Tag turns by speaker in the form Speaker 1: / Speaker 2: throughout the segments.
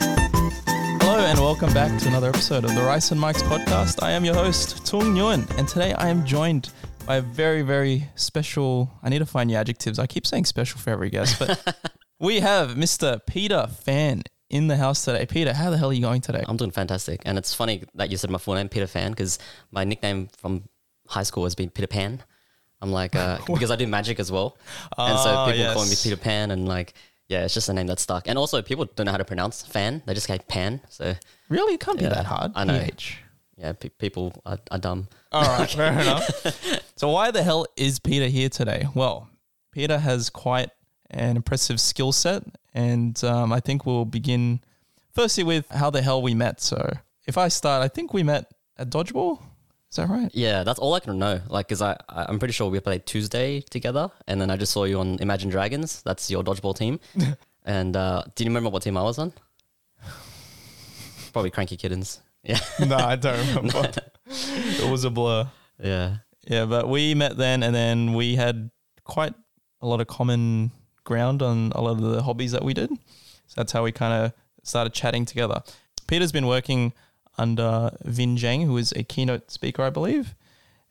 Speaker 1: Hello and welcome back to another episode of the Rice and Mike's podcast. I am your host, Tung Nguyen, and today I am joined by a very, very special. I need to find your adjectives. I keep saying special for every guest, but we have Mr. Peter Fan in the house today. Peter, how the hell are you going today?
Speaker 2: I'm doing fantastic, and it's funny that you said my full name, Peter Fan, because my nickname from high school has been Peter Pan. I'm like uh, because I do magic as well, and so
Speaker 1: Ah,
Speaker 2: people call me
Speaker 1: yes.
Speaker 2: Peter Pan, and like yeah, it's just a name that stuck. And also, people don't know how to pronounce fan; they just say Pan. So
Speaker 1: Really, it can't be
Speaker 2: Yeah,
Speaker 1: that hard.
Speaker 2: I know.
Speaker 1: PH.
Speaker 2: yeah, pe- people are, are dumb.
Speaker 1: All right, fair enough. So, why the hell is Peter here today? Well, Peter has quite an impressive skill set, and um, I think we'll begin firstly with how the hell we met. So, if I start, I think we met at Dodgeball. Is that right?
Speaker 2: Yeah, that's all I can know. Like, cause I I- I'm pretty sure we played Tuesday together, and then I just saw you on Imagine Dragons. That's your dodgeball team. and uh, do you remember what team I was on? Probably Cranky Kittens. Yeah,
Speaker 1: no, I don't remember. it was a blur.
Speaker 2: yeah.
Speaker 1: Yeah, but we met then, and then we had quite a lot of common ground on a lot of the hobbies that we did. So that's how we kind of started chatting together. Peter's been working under Vin Zhang, who is a keynote speaker, I believe.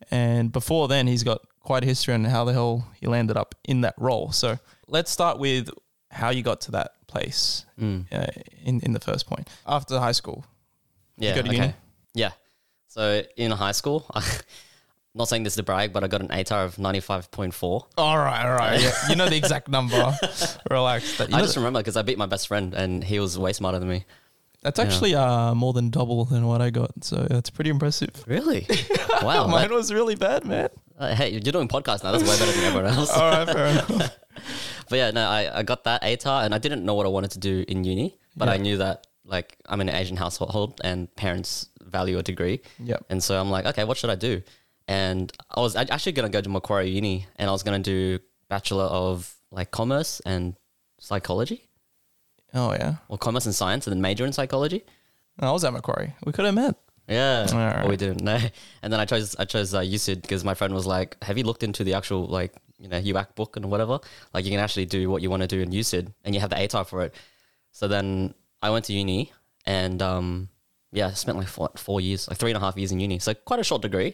Speaker 1: And before then, he's got quite a history on how the hell he landed up in that role. So let's start with how you got to that place uh, in, in the first point. After high school,
Speaker 2: Yeah.
Speaker 1: go to uni?
Speaker 2: Yeah. So in high school, not saying this to brag, but I got an ATAR of 95.4.
Speaker 1: All right, all right. You know the exact number. Relax. That, you
Speaker 2: I
Speaker 1: know
Speaker 2: just remember because I beat my best friend and he was way smarter than me.
Speaker 1: That's actually uh, more than double than what I got, so that's pretty impressive.
Speaker 2: Really? wow.
Speaker 1: Mine
Speaker 2: Oh, that-
Speaker 1: was really bad, man.
Speaker 2: uh, hey, you're doing podcasts now. That's way better than everyone else.
Speaker 1: All right, fair enough.
Speaker 2: But yeah, no, I, I got that ATAR and I didn't know what I wanted to do in uni, but I knew that like I'm in an Asian household and parents value a degree.
Speaker 1: Yep.
Speaker 2: And so I'm like, okay, what should I do? And I was ac- actually going to go to Macquarie Uni and I was going to do Bachelor of like Commerce and Psychology
Speaker 1: Oh yeah,
Speaker 2: or Commerce and Science and then major in Psychology.
Speaker 1: I was at Macquarie. We could have met.
Speaker 2: Yeah.
Speaker 1: All right.
Speaker 2: Well, we didn't know. And then I chose I chose uh, UCID because my friend was like, "Have you looked into the actual like you know UAC book and whatever? Like you can actually do what you want to do in UCID and you have the ATAR for it." So then I went to uni and um, yeah, I spent like four, four years, like three and a half years in uni. So quite a short degree.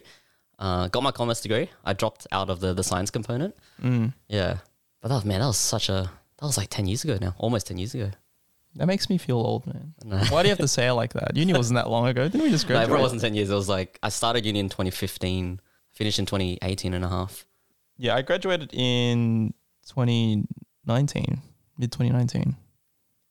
Speaker 2: Uh, got my commerce degree. I dropped out of the the science component. Mm. Yeah, but that was, man, that was such a that was like ten years ago now, almost ten years ago.
Speaker 1: That makes me feel old, man. Why do you have to say it like that? Uni wasn't that long ago. Didn't we just
Speaker 2: No,
Speaker 1: graduate?
Speaker 2: it wasn't 10 years. It was like I started uni in 2015, finished in 2018 and a half.
Speaker 1: Yeah, I graduated in 2019, mid 2019.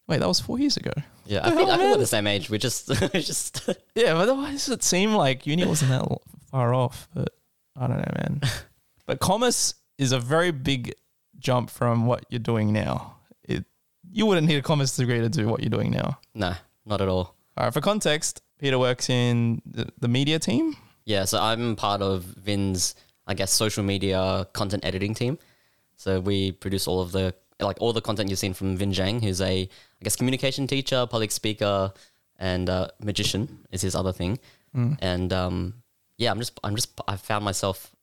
Speaker 1: Wait, that was four years ago.
Speaker 2: Yeah, I think, I think we're the same age. We're just, we're just
Speaker 1: Yeah, but why does it seem like uni wasn't that l- far off? But I don't know, man. But commerce is a very big jump from what you're doing now. It, you wouldn't need a commerce degree to do what you're doing now.
Speaker 2: no, not at all.
Speaker 1: All right, for context, Peter works in the, the media team.
Speaker 2: Yeah, so I'm part of Vin's, I guess, social media content editing team. So we produce all of the like all the content you've seen from Vin Zhang, who's a I guess communication teacher, public speaker, and uh, magician is his other thing. And um, yeah, I'm just I'm just I found myself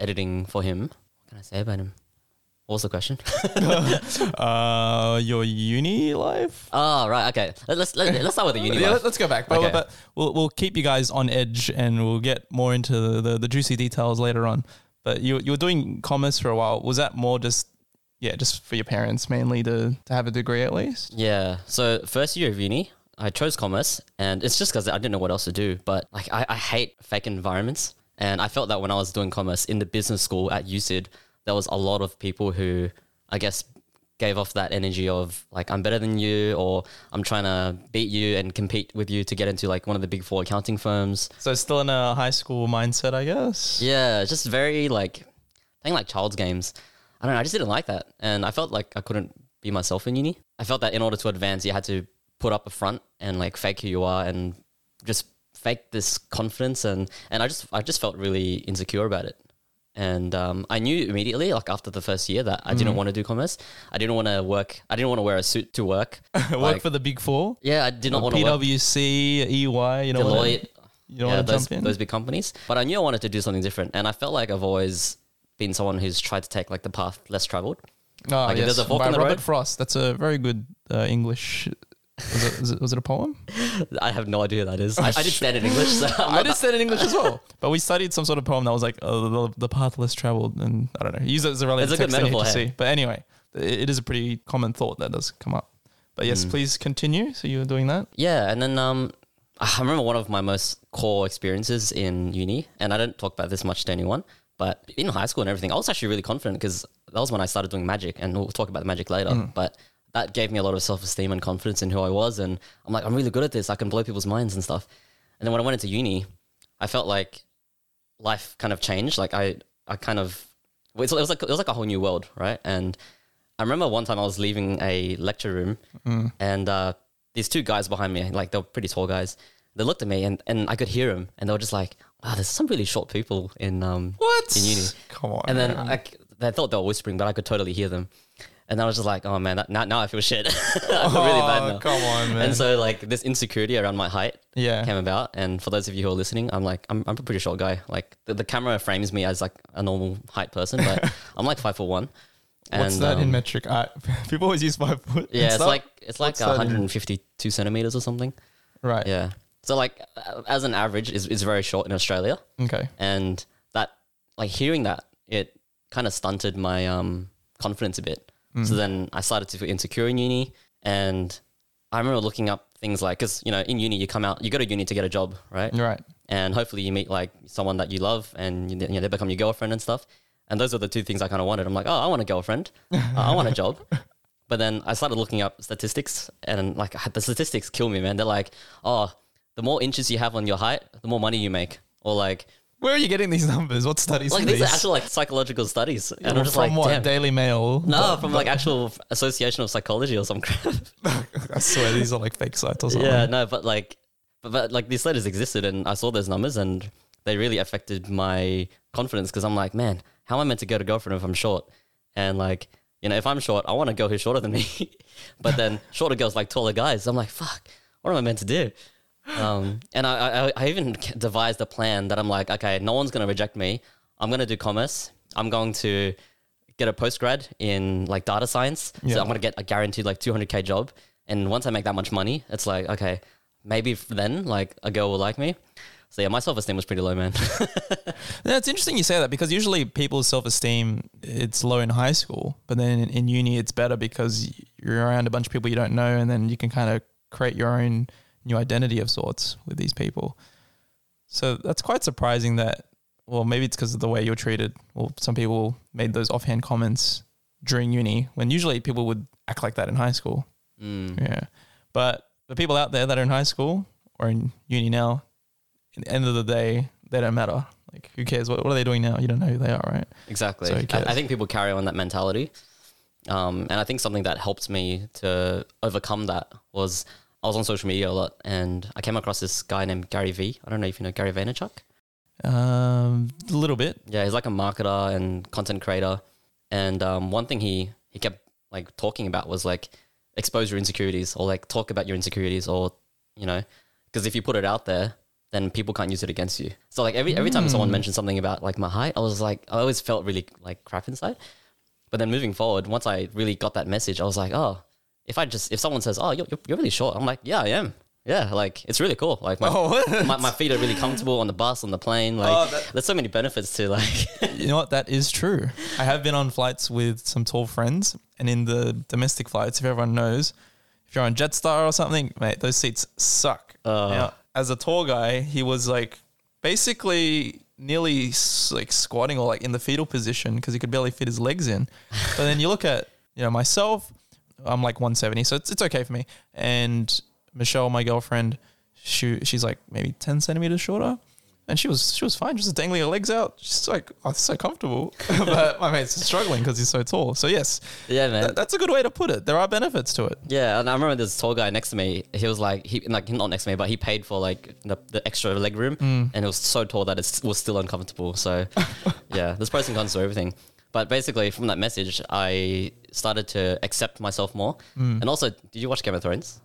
Speaker 2: editing for him. What can I say about him? What was the question?
Speaker 1: Uh, your uni life.
Speaker 2: Oh, right. Okay. Let- Let's let, let's start with the uni
Speaker 1: Yeah,
Speaker 2: life.
Speaker 1: let- let's go back. But,
Speaker 2: Okay.
Speaker 1: but we'll, we'll keep you guys on edge and we'll get more into the, the, juicy details later on. But you, you were doing commerce for a while. Was that more just, yeah, just for your parents mainly to, to have a degree at least?
Speaker 2: Yeah. So first year of uni, I chose commerce, and it's just because I didn't know what else to do. But like, I, I hate fake environments, and I felt that when I was doing commerce in the business school at UCID, there was a lot of people who, I guess, gave off that energy of like I'm better than you, or I'm trying to beat you and compete with you to get into like one of the big four accounting firms.
Speaker 1: So still in a high school mindset, I guess.
Speaker 2: Yeah, it's just very like playing like child's games. I don't know. I just didn't like that, and I felt like I couldn't be myself in uni. I felt that in order to advance, you had to put up a front and like fake who you are and just fake this confidence and and I just I just felt really insecure about it. And um, I knew immediately, like after the first year, that I didn't want to do commerce. I didn't want to work. I didn't want to wear a suit to work.
Speaker 1: work
Speaker 2: Like,
Speaker 1: for the big four,
Speaker 2: yeah, I did not want to work.
Speaker 1: PwC, EY. E You know,
Speaker 2: Deloitte.
Speaker 1: You don't
Speaker 2: yeah,
Speaker 1: want to
Speaker 2: those,
Speaker 1: jump in.
Speaker 2: those big companies. But I knew I wanted to do something different, and I felt like I've always been someone who's tried to take like the path less traveled.
Speaker 1: Ah,
Speaker 2: like, if
Speaker 1: yes,
Speaker 2: there's a fork
Speaker 1: by
Speaker 2: in the
Speaker 1: Robert
Speaker 2: road-
Speaker 1: Frost. That's a very good uh, English. Was it, was, it, was it a poem?
Speaker 2: I have no idea who that is. I, I did standard English, so I'm
Speaker 1: Oh, I
Speaker 2: not
Speaker 1: just said in English as well. But we studied some sort of poem that was like oh, the, the path less traveled, and I don't know. Use it as a relative
Speaker 2: It's a good
Speaker 1: text in
Speaker 2: metaphor,
Speaker 1: HSC.
Speaker 2: hey?
Speaker 1: But anyway, i- it is a pretty common thought that does come up. But
Speaker 2: Mm.
Speaker 1: yes, please continue. So you were doing that.
Speaker 2: Yeah, and then um, I remember one of my most core experiences in uni, and I don't talk about this much to anyone, but in high school and everything, I was actually really confident because that was when I started doing magic, and we'll talk about the magic later.
Speaker 1: Mm.
Speaker 2: But that gave me a lot of self esteem and confidence in who I was, and I'm like, I'm really good at this. I can blow people's minds and stuff. And then when I went into uni, I felt like life kind of changed. Like I, I kind of, it was, it was like it was like a whole new world, right? And I remember one time I was leaving a lecture room,
Speaker 1: Mm.
Speaker 2: and uh, these two guys behind me, like they were pretty tall guys. They looked at me, and, and I could hear them, and they were just like, "Wow, there's some really short people in um
Speaker 1: What?
Speaker 2: in uni."
Speaker 1: Come on.
Speaker 2: And then
Speaker 1: man.
Speaker 2: I, c- they thought they were whispering, but I could totally hear them. And I was just like, "Oh man, that, now now I feel shit. I feel really bad
Speaker 1: Oh,
Speaker 2: now."
Speaker 1: Come on, man.
Speaker 2: And so like this insecurity around my height
Speaker 1: yeah.
Speaker 2: came about. And for those of you who are listening, I'm like, I'm, I'm a pretty short guy. Like the, the camera frames me as like a normal height person, but I'm like five foot one. And,
Speaker 1: What's that in
Speaker 2: um,
Speaker 1: metric? I, people always use five foot.
Speaker 2: Yeah, it's
Speaker 1: not-
Speaker 2: like it's like
Speaker 1: what's that in-
Speaker 2: 152 centimeters or something.
Speaker 1: right.
Speaker 2: Yeah. So like uh, as an average is is very short in Australia,
Speaker 1: Okay.
Speaker 2: and that like hearing that it kind of stunted my um confidence a bit.
Speaker 1: Mm.
Speaker 2: So then I started to feel insecure in uni, and I remember looking up things like because you know in uni you come out you go to uni to get a job right
Speaker 1: Right.
Speaker 2: and hopefully you meet like someone that you love and you, you know, they become your girlfriend and stuff and those are the two things i kind of wanted i'm like oh i want a girlfriend Uh, i want a job but then i started looking up statistics and like the statistics kill me man they're like oh the more inches you have on your height the more money you make or like
Speaker 1: Where are you getting these numbers? What studies?
Speaker 2: like
Speaker 1: are
Speaker 2: these are actual like psychological studies and i'm just
Speaker 1: from
Speaker 2: like
Speaker 1: what?
Speaker 2: damn
Speaker 1: Daily Mail.
Speaker 2: no from like actual association of psychology or some crap
Speaker 1: I swear these are like fake sites or something.
Speaker 2: Yeah, no, but like, but, but like these letters existed, and I saw those numbers, and they really affected my confidence because I'm like, man, how am I meant to get a girlfriend if I'm short? And like, you know, if I'm short, I want a girl who's shorter than me, but then shorter girls like taller guys. I'm like, fuck, what am I meant to do? Um, and I, I, I even devised a plan that I'm like, okay, no one's gonna reject me. I'm gonna do commerce. I'm going to get a post grad in like data science.
Speaker 1: Yeah.
Speaker 2: So I'm gonna get a guaranteed like 200k job. And once I make that much money, it's like okay, maybe f- then like a girl will like me. So yeah, my self esteem was pretty low, man.
Speaker 1: Yeah, it's interesting you say that because usually people's self esteem it's low in high school, but then in, in uni it's better because you're around a bunch of people you don't know, and then you can kind of create your own new identity of sorts with these people. So that's quite surprising that. Well, maybe it's because of the way you're treated. Well, some people made those offhand comments during uni when usually people would act like that in high school.
Speaker 2: Mm.
Speaker 1: Yeah. But the people out there that are in high school or in uni now, at the end of the day, they don't matter. Like, who cares? What, what are they doing now? You don't know who they are, right?
Speaker 2: Exactly.
Speaker 1: So who
Speaker 2: I,
Speaker 1: cares?
Speaker 2: I think people carry on that mentality. Um, and I think something that helped me to overcome that was I was on social media a lot and I came across this guy named Gary Vee. I don't know if you know Gary Vaynerchuk.
Speaker 1: Um, a little bit.
Speaker 2: Yeah, he's like a marketer and content creator. And um, one thing he, he kept like talking about was like expose your insecurities or like talk about your insecurities or, you know, because if you put it out there, then people can't use it against you. So like every, every time
Speaker 1: Hmm.
Speaker 2: someone mentioned something about like my height, I was like, I always felt really like crap inside. But then moving forward, once I really got that message, I was like, oh, if I just, if someone says, oh, you're, you're- you're really short, I'm like, yeah, I am. Yeah, like it's really cool. Like my, my, my feet are really comfortable on the bus, on the plane. Like
Speaker 1: Oh, that-
Speaker 2: there's so many benefits to like
Speaker 1: you know what? That is true. I have been on flights with some tall friends, and in the domestic flights, if everyone knows, if you're on Jetstar or something, mate, those seats suck. Now, as a tall guy, he was like basically nearly s- like squatting or like in the fetal position because he could barely fit his legs in. But then you look at you know myself, I'm like 170, so it's it's okay for me. And Michelle, my girlfriend, she she's like maybe 10 centimeters shorter. and she was she was fine, just dangling her legs out. She's like, oh, it's so comfortable. but my mate's struggling because he's so tall. So yes,
Speaker 2: Yeah, man.
Speaker 1: that, that's a good way to put it. There are benefits to it.
Speaker 2: Yeah, and I remember this tall guy next to me. He was like, he like not next to me, but he paid for like the, the extra leg room, and it was so tall that it was still uncomfortable. So, yeah, there's pros and cons to everything. But basically, from that message, I started to accept myself more. And also, did you watch Game of Thrones?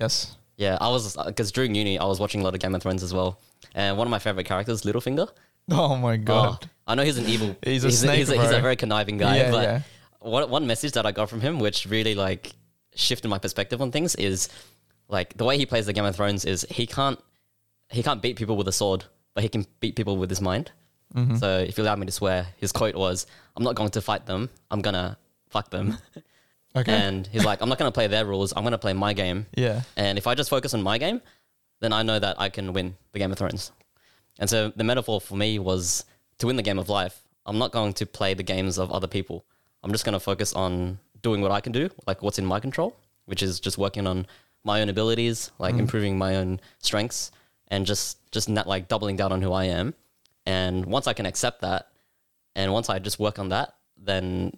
Speaker 1: Yes.
Speaker 2: Yeah, I was because during uni, I was watching a lot of Game of Thrones as well. And one of my favorite characters, Littlefinger.
Speaker 1: Oh my god.
Speaker 2: Oh, I know he's an evil.
Speaker 1: He's a snake,
Speaker 2: he's, a, he's a
Speaker 1: bro.
Speaker 2: very conniving guy.
Speaker 1: Yeah,
Speaker 2: but
Speaker 1: yeah.
Speaker 2: one one message that I got from him, which really like shifted my perspective on things, is like the way he plays the Game of Thrones is he can't he can't beat people with a sword, but he can beat people with his mind.
Speaker 1: Mm-hmm.
Speaker 2: So if you allow me to swear, his quote was, "I'm not going to fight them. I'm gonna fuck them."
Speaker 1: Oh. Okay.
Speaker 2: And he's like, "I'm not gonna play their rules. I'm gonna play my game."
Speaker 1: yeah.
Speaker 2: And if I just focus on my game, then I know that I can win the Game of Thrones. And so the metaphor for me was to win the game of life, I'm not going to play the games of other people. I'm just going to focus on doing what I can do, like what's in my control, which is just working on my own abilities, like improving my own strengths and just just not like doubling down on who I am. And once I can accept that and once I just work on that, then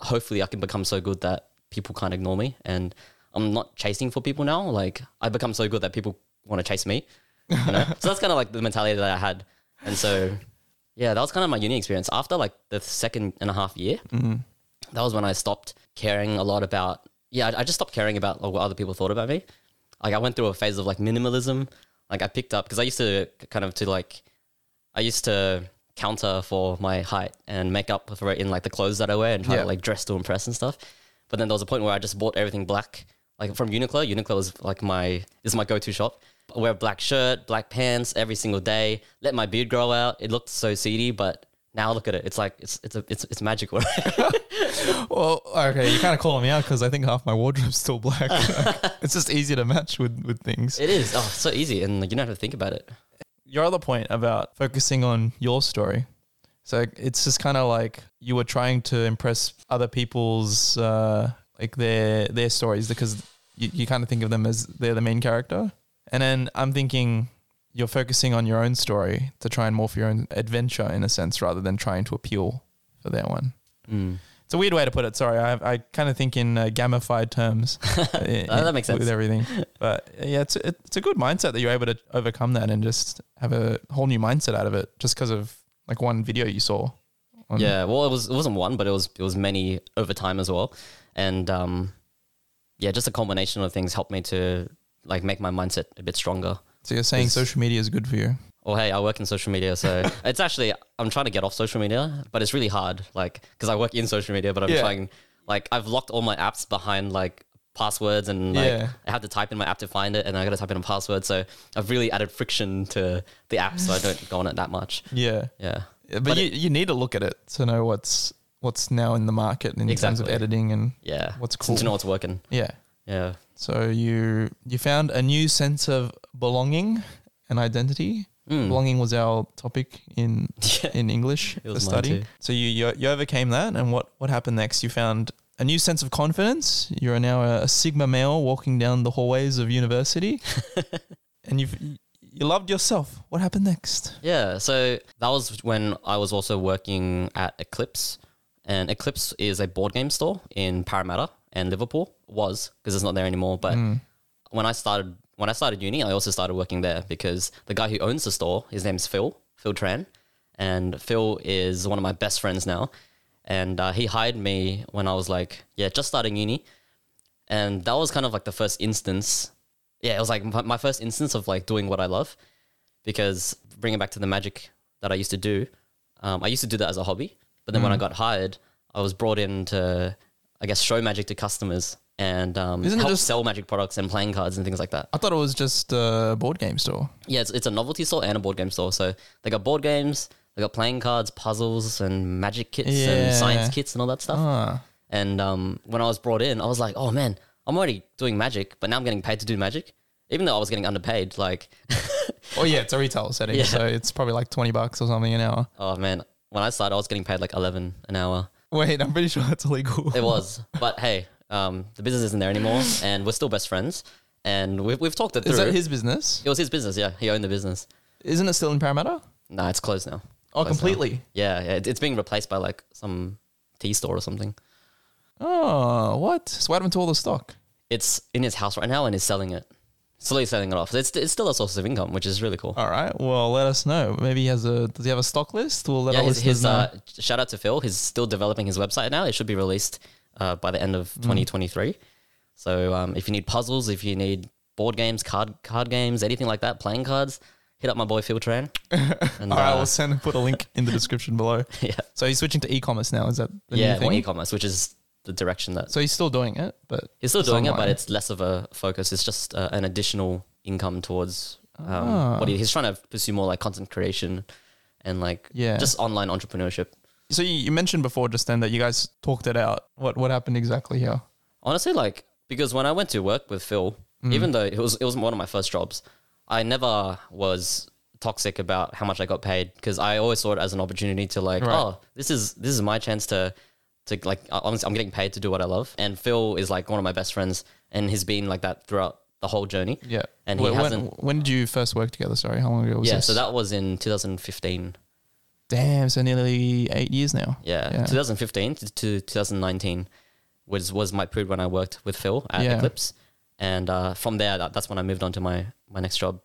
Speaker 2: hopefully I can become so good that people can't ignore me. And I'm not chasing for people now. Like I become so good that people want to chase me. You know? so that's kind of like the mentality that I had. And so, yeah, that was kind of my uni experience. After like the second and a half year, that was when I stopped caring a lot about. Yeah, I, I just stopped caring about like, what other people thought about me. Like I went through a phase of like minimalism. Like I picked up because I used to kind of to like I used to counter for my height and make up for it in like the clothes that I wear and try
Speaker 1: Yeah.
Speaker 2: to like dress to impress and stuff. But then there was a point where I just bought everything black, like from Uniqlo. Uniqlo is like my is my go to shop. I wear a black shirt, black pants every single day. Let my beard grow out. It looked so seedy, but now look at it. It's like it's it's a, it's it's magical.
Speaker 1: Well, okay, you're kind of calling me out because I think half my wardrobe's still black. it's just easier to match with with things.
Speaker 2: it is. Oh, it's so easy, and like, you don't have to think about it.
Speaker 1: Your other point about focusing on your story. So it's just kind of like you were trying to impress other people's uh, like their their stories because you, you kind of think of them as they're the main character. And then I'm thinking you're focusing on your own story to try and morph your own adventure in a sense rather than trying to appeal for that one. It's a weird way to put it. Sorry, I, I kind of think in uh, gamified terms. uh,
Speaker 2: Oh, that makes sense.
Speaker 1: with everything. But uh, yeah, it's it, it's a good mindset that you're able to overcome that and just have a whole new mindset out of it, just because of like one video you saw. on-
Speaker 2: Yeah, well, it was it wasn't one, but it was it was many over time as well, and um, yeah, just a combination of things helped me to like make my mindset a bit stronger.
Speaker 1: So you're saying
Speaker 2: It's-
Speaker 1: social media is good for you?
Speaker 2: Or hey, I work in social media, so it's actually I'm trying to get off social media, but it's really hard, like because I work in social media, but I'm
Speaker 1: Yeah.
Speaker 2: trying like I've locked all my apps behind like passwords and like
Speaker 1: Yeah.
Speaker 2: I have to type in my app to find it, and I got to type in a password, so I've really added friction to the app, so I don't go on it that much.
Speaker 1: Yeah,
Speaker 2: Yeah,
Speaker 1: but, you, you need to look at it to know what's what's now in the market in terms of
Speaker 2: Exactly.
Speaker 1: editing and
Speaker 2: yeah,
Speaker 1: What's
Speaker 2: To-
Speaker 1: cool.
Speaker 2: to know what's working.
Speaker 1: yeah.
Speaker 2: Yeah.
Speaker 1: So you you found a new sense of belonging and identity. Belonging was our topic in
Speaker 2: Hmm. Yeah.
Speaker 1: in English
Speaker 2: It
Speaker 1: the
Speaker 2: was mine
Speaker 1: study.
Speaker 2: too.
Speaker 1: So you, you you overcame that, and what what happened next? You found a new sense of confidence. You are now a, a sigma male walking down the hallways of university, and you've you loved yourself. What happened next?
Speaker 2: Yeah, so that was when I was also working at Eclipse. And Eclipse is a board game store in Parramatta and Liverpool. Was because it's not there anymore, but
Speaker 1: Hmm.
Speaker 2: when I started when I started uni, I also started working there because the guy who owns the store, his name's Phil, Phil Tran, and Phil is one of my best friends now. And uh, he hired me when I was like, yeah, just starting uni, and that was kind of like the first instance. Yeah, it was like my my first instance of like doing what I love, because bringing back to the magic that I used to do, um, I used to do that as a hobby. But then when I
Speaker 1: Mm.
Speaker 2: got hired, I was brought in to, I guess, show magic to customers and um,
Speaker 1: Isn't it
Speaker 2: help
Speaker 1: just-
Speaker 2: sell magic products and playing cards and things like that.
Speaker 1: I thought it was just a board game store.
Speaker 2: Yeah, it's, it's a novelty store and a board game store. So they got board games, they got playing cards, puzzles, and magic kits
Speaker 1: Yeah.
Speaker 2: and science kits and all that stuff.
Speaker 1: Ah,
Speaker 2: And um, when I was brought in, I was like, oh man, I'm already doing magic, but now I'm getting paid to do magic. Even though I was getting underpaid, like,
Speaker 1: oh yeah, it's a retail setting,
Speaker 2: Yeah.
Speaker 1: so it's probably like twenty bucks or something an hour.
Speaker 2: oh man, when I started, I was getting paid like 11 an hour.
Speaker 1: Wait, I'm pretty sure that's illegal.
Speaker 2: It was, but hey, um, the business isn't there anymore, and we're still best friends, and we've, we've talked it through.
Speaker 1: Is that his business?
Speaker 2: it was his business, yeah. He owned the business.
Speaker 1: Isn't it still in Parramatta?
Speaker 2: No, it's closed now.
Speaker 1: Oh,
Speaker 2: Closed now.
Speaker 1: completely.
Speaker 2: Yeah, yeah, it- it's being replaced by like some tea store or something.
Speaker 1: Oh, what? So what happened to all the stock?
Speaker 2: It's in his house right now and he's selling it. Slowly selling it off. It's, it's still a source of income, which is really cool.
Speaker 1: All right. Well, let us know. Maybe he has a. Does he have a stock list? We'll let
Speaker 2: yeah,
Speaker 1: our
Speaker 2: his,
Speaker 1: listeners
Speaker 2: his
Speaker 1: know.
Speaker 2: uh, shout out to Phil. He's still developing his website now. It should be released uh, by the end of
Speaker 1: Hmm.
Speaker 2: 2023. So um, if you need puzzles, if you need board games, card card games, anything like that, playing cards, hit up my boy Phil Tran. And,
Speaker 1: all right,
Speaker 2: uh,
Speaker 1: we'll send and put a link in the description below.
Speaker 2: yeah,
Speaker 1: So he's switching to e-commerce now. Is that the
Speaker 2: yeah,
Speaker 1: new thing?
Speaker 2: or e-commerce, which is the direction that
Speaker 1: so he's still doing it, but
Speaker 2: he's still doing it, but
Speaker 1: online.
Speaker 2: it's less of a focus. It's just uh, an additional income towards um,
Speaker 1: Ah.
Speaker 2: what he, he's trying to pursue more like content creation and like
Speaker 1: Yeah.
Speaker 2: just online entrepreneurship.
Speaker 1: So you, you mentioned before just then that you guys talked it out. What what happened exactly here?
Speaker 2: Honestly, like because when I went to work with Phil,
Speaker 1: Mm.
Speaker 2: even though it was it was one of my first jobs, I never was toxic about how much I got paid because I always saw it as an opportunity to like,
Speaker 1: Right.
Speaker 2: oh, this is this is my chance to to like I- I'm, I'm getting paid to do what I love, and Phil is like one of my best friends, and he's been like that throughout the whole journey.
Speaker 1: Yeah.
Speaker 2: and he
Speaker 1: when, when,
Speaker 2: hasn't.
Speaker 1: when did you first work together? Sorry, how long ago was
Speaker 2: Yeah,
Speaker 1: this?
Speaker 2: so that was in 2015.
Speaker 1: Damn, so nearly eight years now.
Speaker 2: Yeah,
Speaker 1: Yeah.
Speaker 2: 2015 to, to 2019 was was my period when I worked with Phil at
Speaker 1: Yeah.
Speaker 2: Eclipse, and uh, from there that, that's when I moved on to my my next job.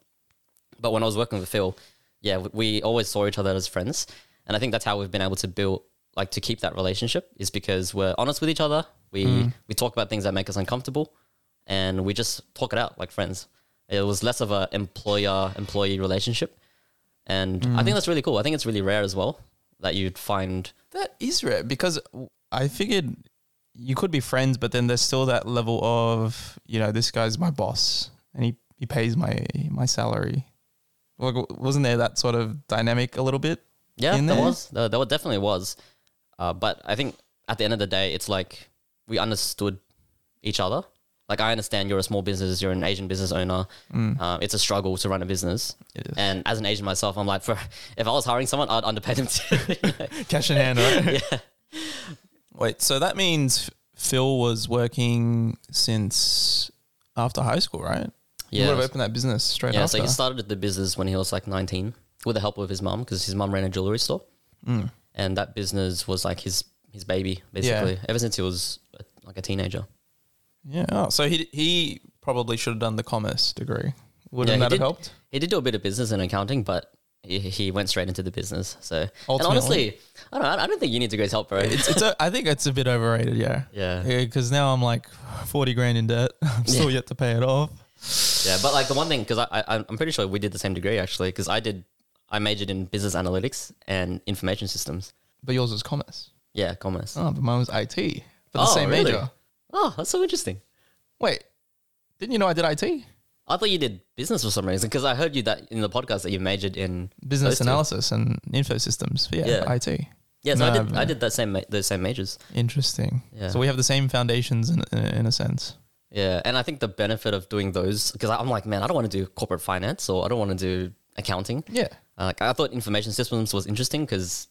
Speaker 2: But when I was working with Phil, yeah, we, we always saw each other as friends, and I think that's how we've been able to build like to keep that relationship is because we're honest with each other. We we talk about things that make us uncomfortable, and we just talk it out like friends. It was less of a employer employee relationship, and I think that's really cool. I think it's really rare as well that you'd find
Speaker 1: That is rare because I figured you could be friends, but then there's still that level of you know this guy's my boss and he, he pays my my salary. Like, w- wasn't there that sort of dynamic a little bit?
Speaker 2: Yeah,
Speaker 1: in
Speaker 2: there
Speaker 1: there?
Speaker 2: was. There, there wa- definitely was. Uh, but I think at the end of the day, it's like we understood each other. Like I understand you're a small business, you're an Asian business owner. Uh, it's a struggle to run a business.
Speaker 1: It is.
Speaker 2: And as an Asian myself, I'm like, for if I was hiring someone, I'd underpay them too.
Speaker 1: Cash in hand, right? Wait, so that means Phil was working since after high school, right? You
Speaker 2: Yeah.
Speaker 1: would have opened that business straight
Speaker 2: yeah,
Speaker 1: after.
Speaker 2: so he started the business when he was like 19 with the help of his mom because his mom ran a jewelry store. Mm. And that business was like his his baby basically ever since he was uh, like a teenager.
Speaker 1: yeah. Oh, so he he probably should have done the commerce degree. Wouldn't
Speaker 2: he
Speaker 1: that have
Speaker 2: did-
Speaker 1: helped?
Speaker 2: He did do a bit of business and accounting, but he, he went straight into the business. So, and
Speaker 1: Ultimately.
Speaker 2: honestly, I don't, know, I don't think uni degrees help, bro.
Speaker 1: It's, it's a, I think it's a bit overrated, yeah.
Speaker 2: Yeah.
Speaker 1: Because now I'm like 40 grand in debt. I'm still yet to pay it off.
Speaker 2: yeah, but like the one thing, because I, I I'm pretty sure we did the same degree actually, because I did I majored in business analytics and information systems.
Speaker 1: But yours was commerce.
Speaker 2: Yeah, commerce.
Speaker 1: Oh, but mine was IT. But the
Speaker 2: Oh,
Speaker 1: same
Speaker 2: really?
Speaker 1: major.
Speaker 2: Oh, that's so interesting.
Speaker 1: Wait, didn't you know I did IT?
Speaker 2: I thought you did business for some reason because I heard you that in the podcast that you majored in
Speaker 1: Business
Speaker 2: those two.
Speaker 1: analysis and info systems. Yeah,
Speaker 2: Yeah.
Speaker 1: IT.
Speaker 2: Yeah, so I
Speaker 1: No,
Speaker 2: did.
Speaker 1: but-
Speaker 2: I did that same ma- those same majors.
Speaker 1: Interesting.
Speaker 2: Yeah.
Speaker 1: So we have the same foundations in, in, in a sense.
Speaker 2: Yeah, and I think the benefit of doing those because I'm like, man, I don't want to do corporate finance or I don't want to do accounting.
Speaker 1: Yeah.
Speaker 2: Uh, Like I thought information systems was interesting because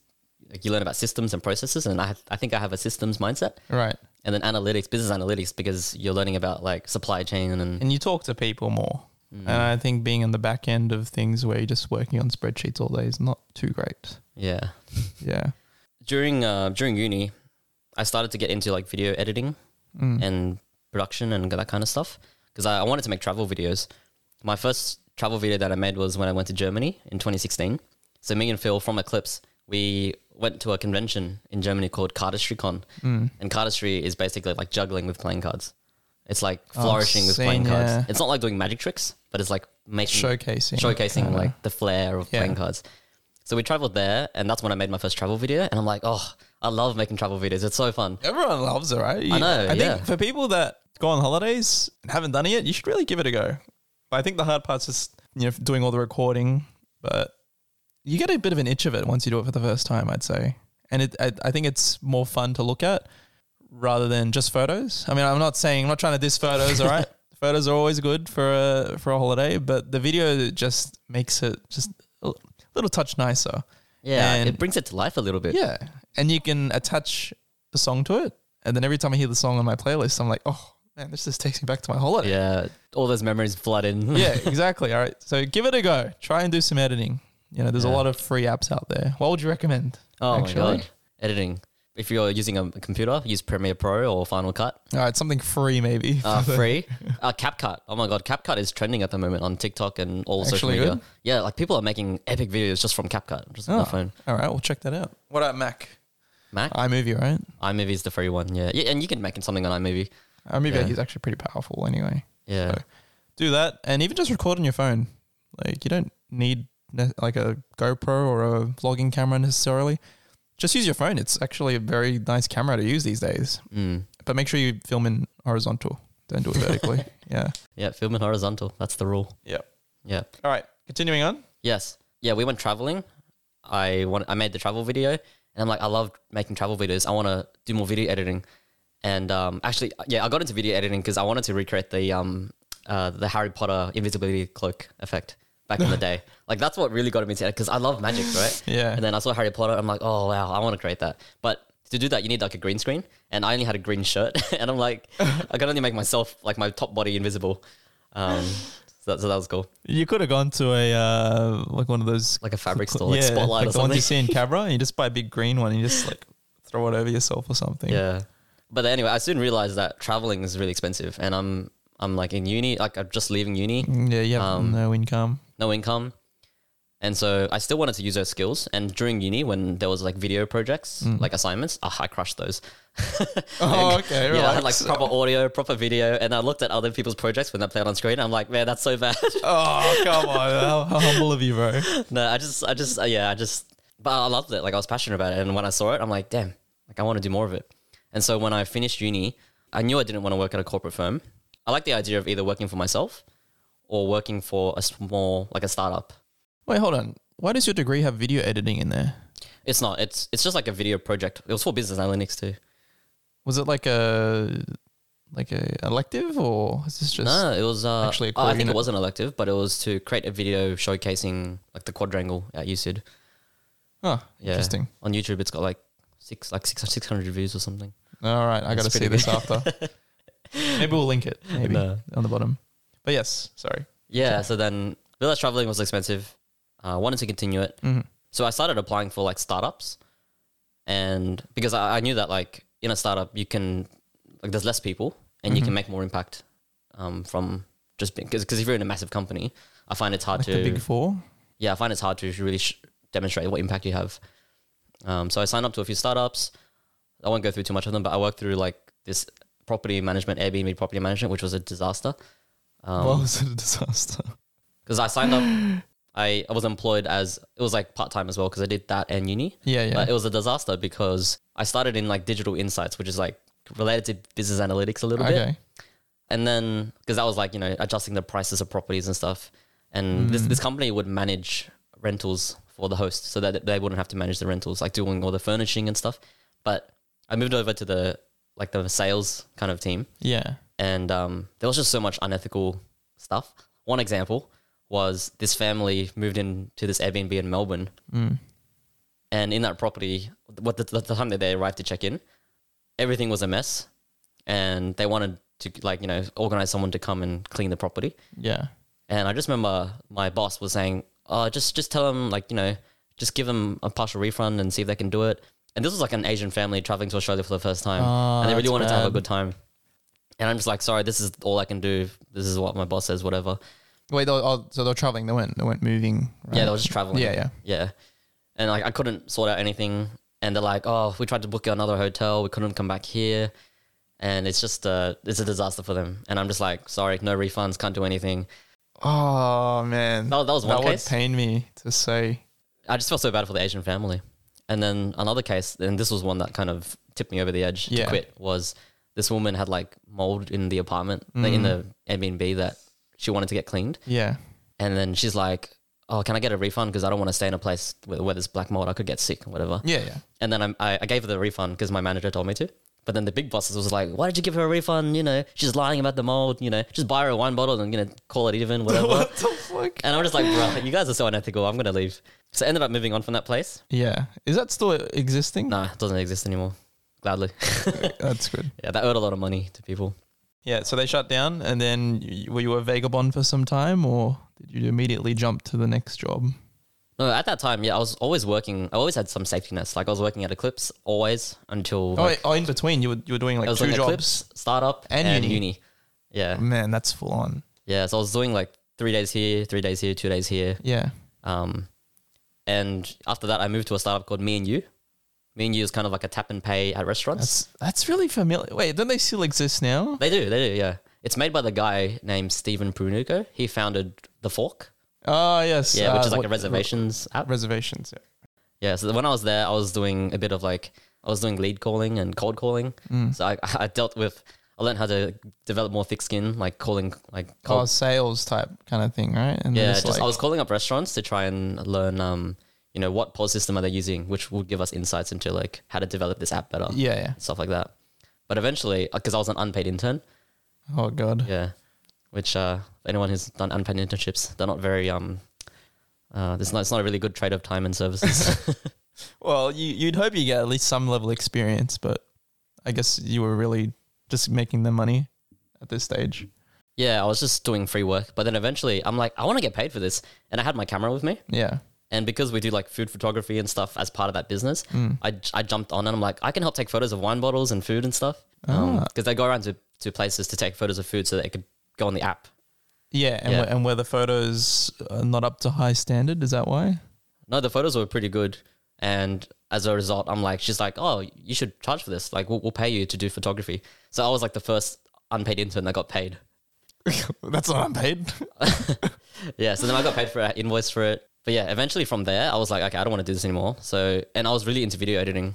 Speaker 2: like, you learn about systems and processes, and I, I think I have a systems mindset.
Speaker 1: Right.
Speaker 2: And then analytics, business analytics, because you're learning about like supply chain and
Speaker 1: And you talk to people more.
Speaker 2: Mm.
Speaker 1: And I think being on the back end of things where you're just working on spreadsheets all day is not too great.
Speaker 2: yeah.
Speaker 1: Yeah.
Speaker 2: During uh, during uni, I started to get into like video editing and production and that kind of stuff because I, I wanted to make travel videos. My first travel video that I made was when I went to Germany in 2016. So me and Phil from Eclipse, we went to a convention in Germany called CardistryCon, and cardistry is basically like juggling with playing cards. It's like flourishing with playing
Speaker 1: seen, yeah.
Speaker 2: cards. It's not like doing magic tricks, but it's like making
Speaker 1: Showcasing.
Speaker 2: showcasing
Speaker 1: kinda.
Speaker 2: like the flair of
Speaker 1: Yeah.
Speaker 2: playing cards. So we traveled there, and that's when I made my first travel video. And I'm like, oh, I love making travel videos. It's so fun.
Speaker 1: Everyone loves it, right? You-
Speaker 2: know,
Speaker 1: I
Speaker 2: yeah.
Speaker 1: think for people that go on holidays and haven't done it yet, you should really give it a go. But I think the hard part's just you know doing all the recording, but you get a bit of an itch of it once you do it for the first time, I'd say. And it, I, I think it's more fun to look at rather than just photos. I mean, I'm not saying I'm not trying to diss photos, all right? photos are always good for a for a holiday, but the video just makes it just a little touch nicer.
Speaker 2: Yeah,
Speaker 1: And-
Speaker 2: it brings it to life a little bit.
Speaker 1: Yeah. And you can attach a song to it. And then every time I hear the song on my playlist, I'm like, oh, man, this just takes me back to my holiday.
Speaker 2: Yeah, all those memories flood in.
Speaker 1: Yeah, exactly. All right. So give it a go. Try and do some editing. You know, there's a
Speaker 2: Yeah.
Speaker 1: lot of free apps out there. What would you recommend?
Speaker 2: Oh
Speaker 1: actually?
Speaker 2: my god, editing. If you're using a computer, use Premiere Pro or Final Cut.
Speaker 1: All right, something free maybe.
Speaker 2: Uh, free. Uh, CapCut. Oh my god, CapCut is trending at the moment on TikTok and all social
Speaker 1: Actually
Speaker 2: media.
Speaker 1: good?
Speaker 2: Yeah, like people are making epic videos just from CapCut, just on
Speaker 1: Oh.
Speaker 2: their phone.
Speaker 1: All right, we'll check that out. What about Mac?
Speaker 2: Mac,
Speaker 1: iMovie, right?
Speaker 2: iMovie is the free one. Yeah, yeah, and you can make something on iMovie.
Speaker 1: iMovie
Speaker 2: Yeah.
Speaker 1: is actually pretty powerful anyway.
Speaker 2: Yeah,
Speaker 1: So- Do that, and even just record on your phone. Like you don't need ne- like a GoPro or a vlogging camera necessarily. Just use your phone. It's actually a very nice camera to use these days.
Speaker 2: mm.
Speaker 1: But make sure you film in horizontal. Don't do it vertically. yeah.
Speaker 2: yeah, film in horizontal. That's the rule.
Speaker 1: Yep.
Speaker 2: Yeah.
Speaker 1: All right. Continuing on.
Speaker 2: Yes. Yeah, we went traveling. I want. I made the travel video, and I'm like, I love making travel videos. I want to do more video editing, and um, actually, yeah, I got into video editing because I wanted to recreate the um, uh, the Harry Potter invisibility cloak effect back in the day. Like that's what really got me into it because I love magic, right?
Speaker 1: Yeah.
Speaker 2: And then I saw Harry Potter. I'm like, oh wow, I want to create that. But to do that, you need like a green screen, and I only had a green shirt, and I'm like, I can only make myself like my top body invisible. Um, so, that, so that was cool,
Speaker 1: You could have gone to a uh, like one of those
Speaker 2: like a fabric store, like Spotlight
Speaker 1: like
Speaker 2: or
Speaker 1: the ones
Speaker 2: something.
Speaker 1: you see in Cabra, and you just buy a big green one and you just like throw it over yourself or something.
Speaker 2: Yeah. But anyway, I soon realized that traveling is really expensive, and I'm I'm like in uni, like I'm just leaving uni,
Speaker 1: Yeah, you have
Speaker 2: Um,
Speaker 1: no income.
Speaker 2: no income, and so I still wanted to use those skills. And during uni, when there was like video projects, like assignments, ah, I crushed those.
Speaker 1: Mm. Oh, okay.
Speaker 2: yeah, I had like
Speaker 1: relax.
Speaker 2: proper audio, proper video, and I looked at other people's projects when they played on screen. I'm like, man, that's so bad.
Speaker 1: oh, come on. How, how humble of you, bro.
Speaker 2: no, I just, I just, uh, yeah, I just, but I loved it. Like I was passionate about it, and when I saw it, I'm like, damn, like I want to do more of it. And so when I finished uni, I knew I didn't want to work at a corporate firm. I like the idea of either working for myself or working for a small, like a startup.
Speaker 1: Wait, hold on. Why does your degree have video editing in there?
Speaker 2: It's not. It's it's just like a video project. It was for business analytics too.
Speaker 1: Was it like a like a elective or is this just
Speaker 2: No, it was uh,
Speaker 1: actually a
Speaker 2: oh, I
Speaker 1: core
Speaker 2: think
Speaker 1: unit.
Speaker 2: it was an elective, but it was to create a video showcasing like the quadrangle at UCID.
Speaker 1: Oh,
Speaker 2: Yeah.
Speaker 1: interesting.
Speaker 2: On YouTube, it's got like six like six six hundred views or something.
Speaker 1: All right, I got to
Speaker 2: It's
Speaker 1: see
Speaker 2: pretty
Speaker 1: this after. Maybe we'll link it. Maybe
Speaker 2: No.
Speaker 1: on the bottom. But yes, sorry.
Speaker 2: Yeah. So then realized traveling was expensive. I wanted to continue it.
Speaker 1: Mhm.
Speaker 2: So I started applying for like startups. And because I, I knew that like in a startup, you can, like there's less people and
Speaker 1: Mm-hmm.
Speaker 2: you can make more impact um, from just because if you're in a massive company, I find it's hard
Speaker 1: Like
Speaker 2: to,
Speaker 1: the big four.
Speaker 2: yeah, I find it's hard to really sh- demonstrate what impact you have. Um, so I signed up to a few startups. I won't go through too much of them, but I worked through like this property management, Airbnb property management, which was a disaster. Um,
Speaker 1: well, it's a disaster.
Speaker 2: because I signed up. I, I was employed as it was like part time as well because I did that and uni.
Speaker 1: Yeah, yeah.
Speaker 2: But it was a disaster because I started in like digital insights, which is like related to business analytics a little bit,
Speaker 1: okay.
Speaker 2: and then because that was like you know adjusting the prices of properties and stuff, and
Speaker 1: Mm.
Speaker 2: this this company would manage rentals for the host so that they wouldn't have to manage the rentals, like doing all the furnishing and stuff. But I moved over to the like the sales kind of team,
Speaker 1: Yeah.
Speaker 2: and um, there was just so much unethical stuff. One example was this family moved into this Airbnb in Melbourne, and in that property, what the, the time that they arrived to check in, everything was a mess, and they wanted to like you know organize someone to come and clean the property.
Speaker 1: Yeah.
Speaker 2: And I just remember my boss was saying, "Oh, just just tell them like you know, just give them a partial refund and see if they can do it." And this was like an Asian family traveling to Australia for the first time,
Speaker 1: Oh,
Speaker 2: and they really
Speaker 1: that's
Speaker 2: wanted to have a
Speaker 1: bad.
Speaker 2: good time. And I'm just like, "Sorry, this is all I can do. This is what my boss says, whatever."
Speaker 1: Wait, they were, oh, so they were traveling. They weren't. They weren't moving. Right?
Speaker 2: Yeah, they were just traveling.
Speaker 1: Yeah, yeah.
Speaker 2: yeah. And like I couldn't sort out anything, and they're like, "Oh, we tried to book you another hotel. We couldn't come back here." And it's just uh, it's a disaster for them. And I'm just like, "Sorry, no refunds. Can't do anything."
Speaker 1: Oh man,
Speaker 2: That- that was one
Speaker 1: that would
Speaker 2: case.
Speaker 1: pain me to say.
Speaker 2: I just felt so bad for the Asian family. And then another case, and this was one that kind of tipped me over the edge
Speaker 1: Yeah.
Speaker 2: to quit, was this woman had like mold in the apartment, like, in the Airbnb that she wanted to get cleaned.
Speaker 1: Yeah.
Speaker 2: And then she's like, Oh, can I get a refund? Because I don't want to stay in a place where, where there's black mold. I could get sick or whatever.
Speaker 1: Yeah, yeah.
Speaker 2: And then I, I I gave her the refund because my manager told me to. But then the big bosses was like, Why did you give her a refund? You know, she's lying about the mold. You know, just buy her a wine bottle and, you know, call it even, whatever.
Speaker 1: the fuck?
Speaker 2: and I'm just like, Bro, you guys are so unethical. I'm going to leave. So I ended up moving on from that place.
Speaker 1: Yeah. Is that still existing?
Speaker 2: Nah, it doesn't exist anymore. Gladly.
Speaker 1: That's good.
Speaker 2: yeah, that owed a lot of money to people.
Speaker 1: Yeah. So they shut down, and then y- were you a vagabond for some time, or did you immediately jump to the next job?
Speaker 2: No, at that time, yeah, I was always working. I always had some safety nets. Like I was working at Eclipse always until
Speaker 1: Oh,
Speaker 2: like,
Speaker 1: wait, oh, in between you were you were doing
Speaker 2: it
Speaker 1: like
Speaker 2: was
Speaker 1: two
Speaker 2: like
Speaker 1: jobs.
Speaker 2: Eclipse startup
Speaker 1: And
Speaker 2: and,
Speaker 1: uni. Mm.
Speaker 2: uni. Yeah,
Speaker 1: Man, that's full on.
Speaker 2: yeah. So I was doing like three days here, three days here, two days here.
Speaker 1: Yeah.
Speaker 2: Um, and after that, I moved to a startup called Me and You. Me and You is kind of like a tap and pay at restaurants.
Speaker 1: That's that's really familiar. Wait, don't they still exist now?
Speaker 2: they do, they do, yeah. It's made by the guy named Stephen Prunuko. He founded The Fork,
Speaker 1: Oh, yes.
Speaker 2: yeah, which
Speaker 1: uh,
Speaker 2: is like
Speaker 1: what-
Speaker 2: a reservations app.
Speaker 1: Reservations. Yeah.
Speaker 2: Yeah, so when I was there, I was doing a bit of like I was doing lead calling and cold calling.
Speaker 1: Mm.
Speaker 2: So I, I dealt with I learned how to develop more thick skin, like calling like
Speaker 1: Oh,
Speaker 2: cold.
Speaker 1: sales type kind of thing, right? And
Speaker 2: yeah,
Speaker 1: it's
Speaker 2: just I was calling up restaurants to try and learn um you know what POS system are they using, which would give us insights into like how to develop this app better,
Speaker 1: yeah, yeah.
Speaker 2: stuff like that. But eventually, because I was an unpaid intern,
Speaker 1: Oh god.
Speaker 2: yeah, which uh anyone who's done unpaid internships, they're not very um. Uh, it's not, it's not a really good trade of time and services.
Speaker 1: Well, you you'd hope you get at least some level of experience, but I guess you were really just making the money at this stage.
Speaker 2: Yeah, I was just doing free work, but then eventually I'm like, I want to get paid for this, and I had my camera with me,
Speaker 1: Yeah.
Speaker 2: and because we do like food photography and stuff as part of that business, I, I jumped on and I'm like, I can help take photos of wine bottles and food and stuff, because they go around to, to places to take photos of food so that it could go on the app.
Speaker 1: Yeah, and
Speaker 2: Yeah.
Speaker 1: Where, and where the photos are not up to high standard, is that why?
Speaker 2: No, the photos were pretty good, and as a result, I'm like, she's like, oh, you should charge for this, like we'll, we'll pay you to do photography. So I was like the first unpaid intern that got paid.
Speaker 1: That's not unpaid.
Speaker 2: Yeah, so then I got paid for it, invoice for it. But yeah, eventually from there, I was like, okay, I don't want to do this anymore. So, and I was really into video editing.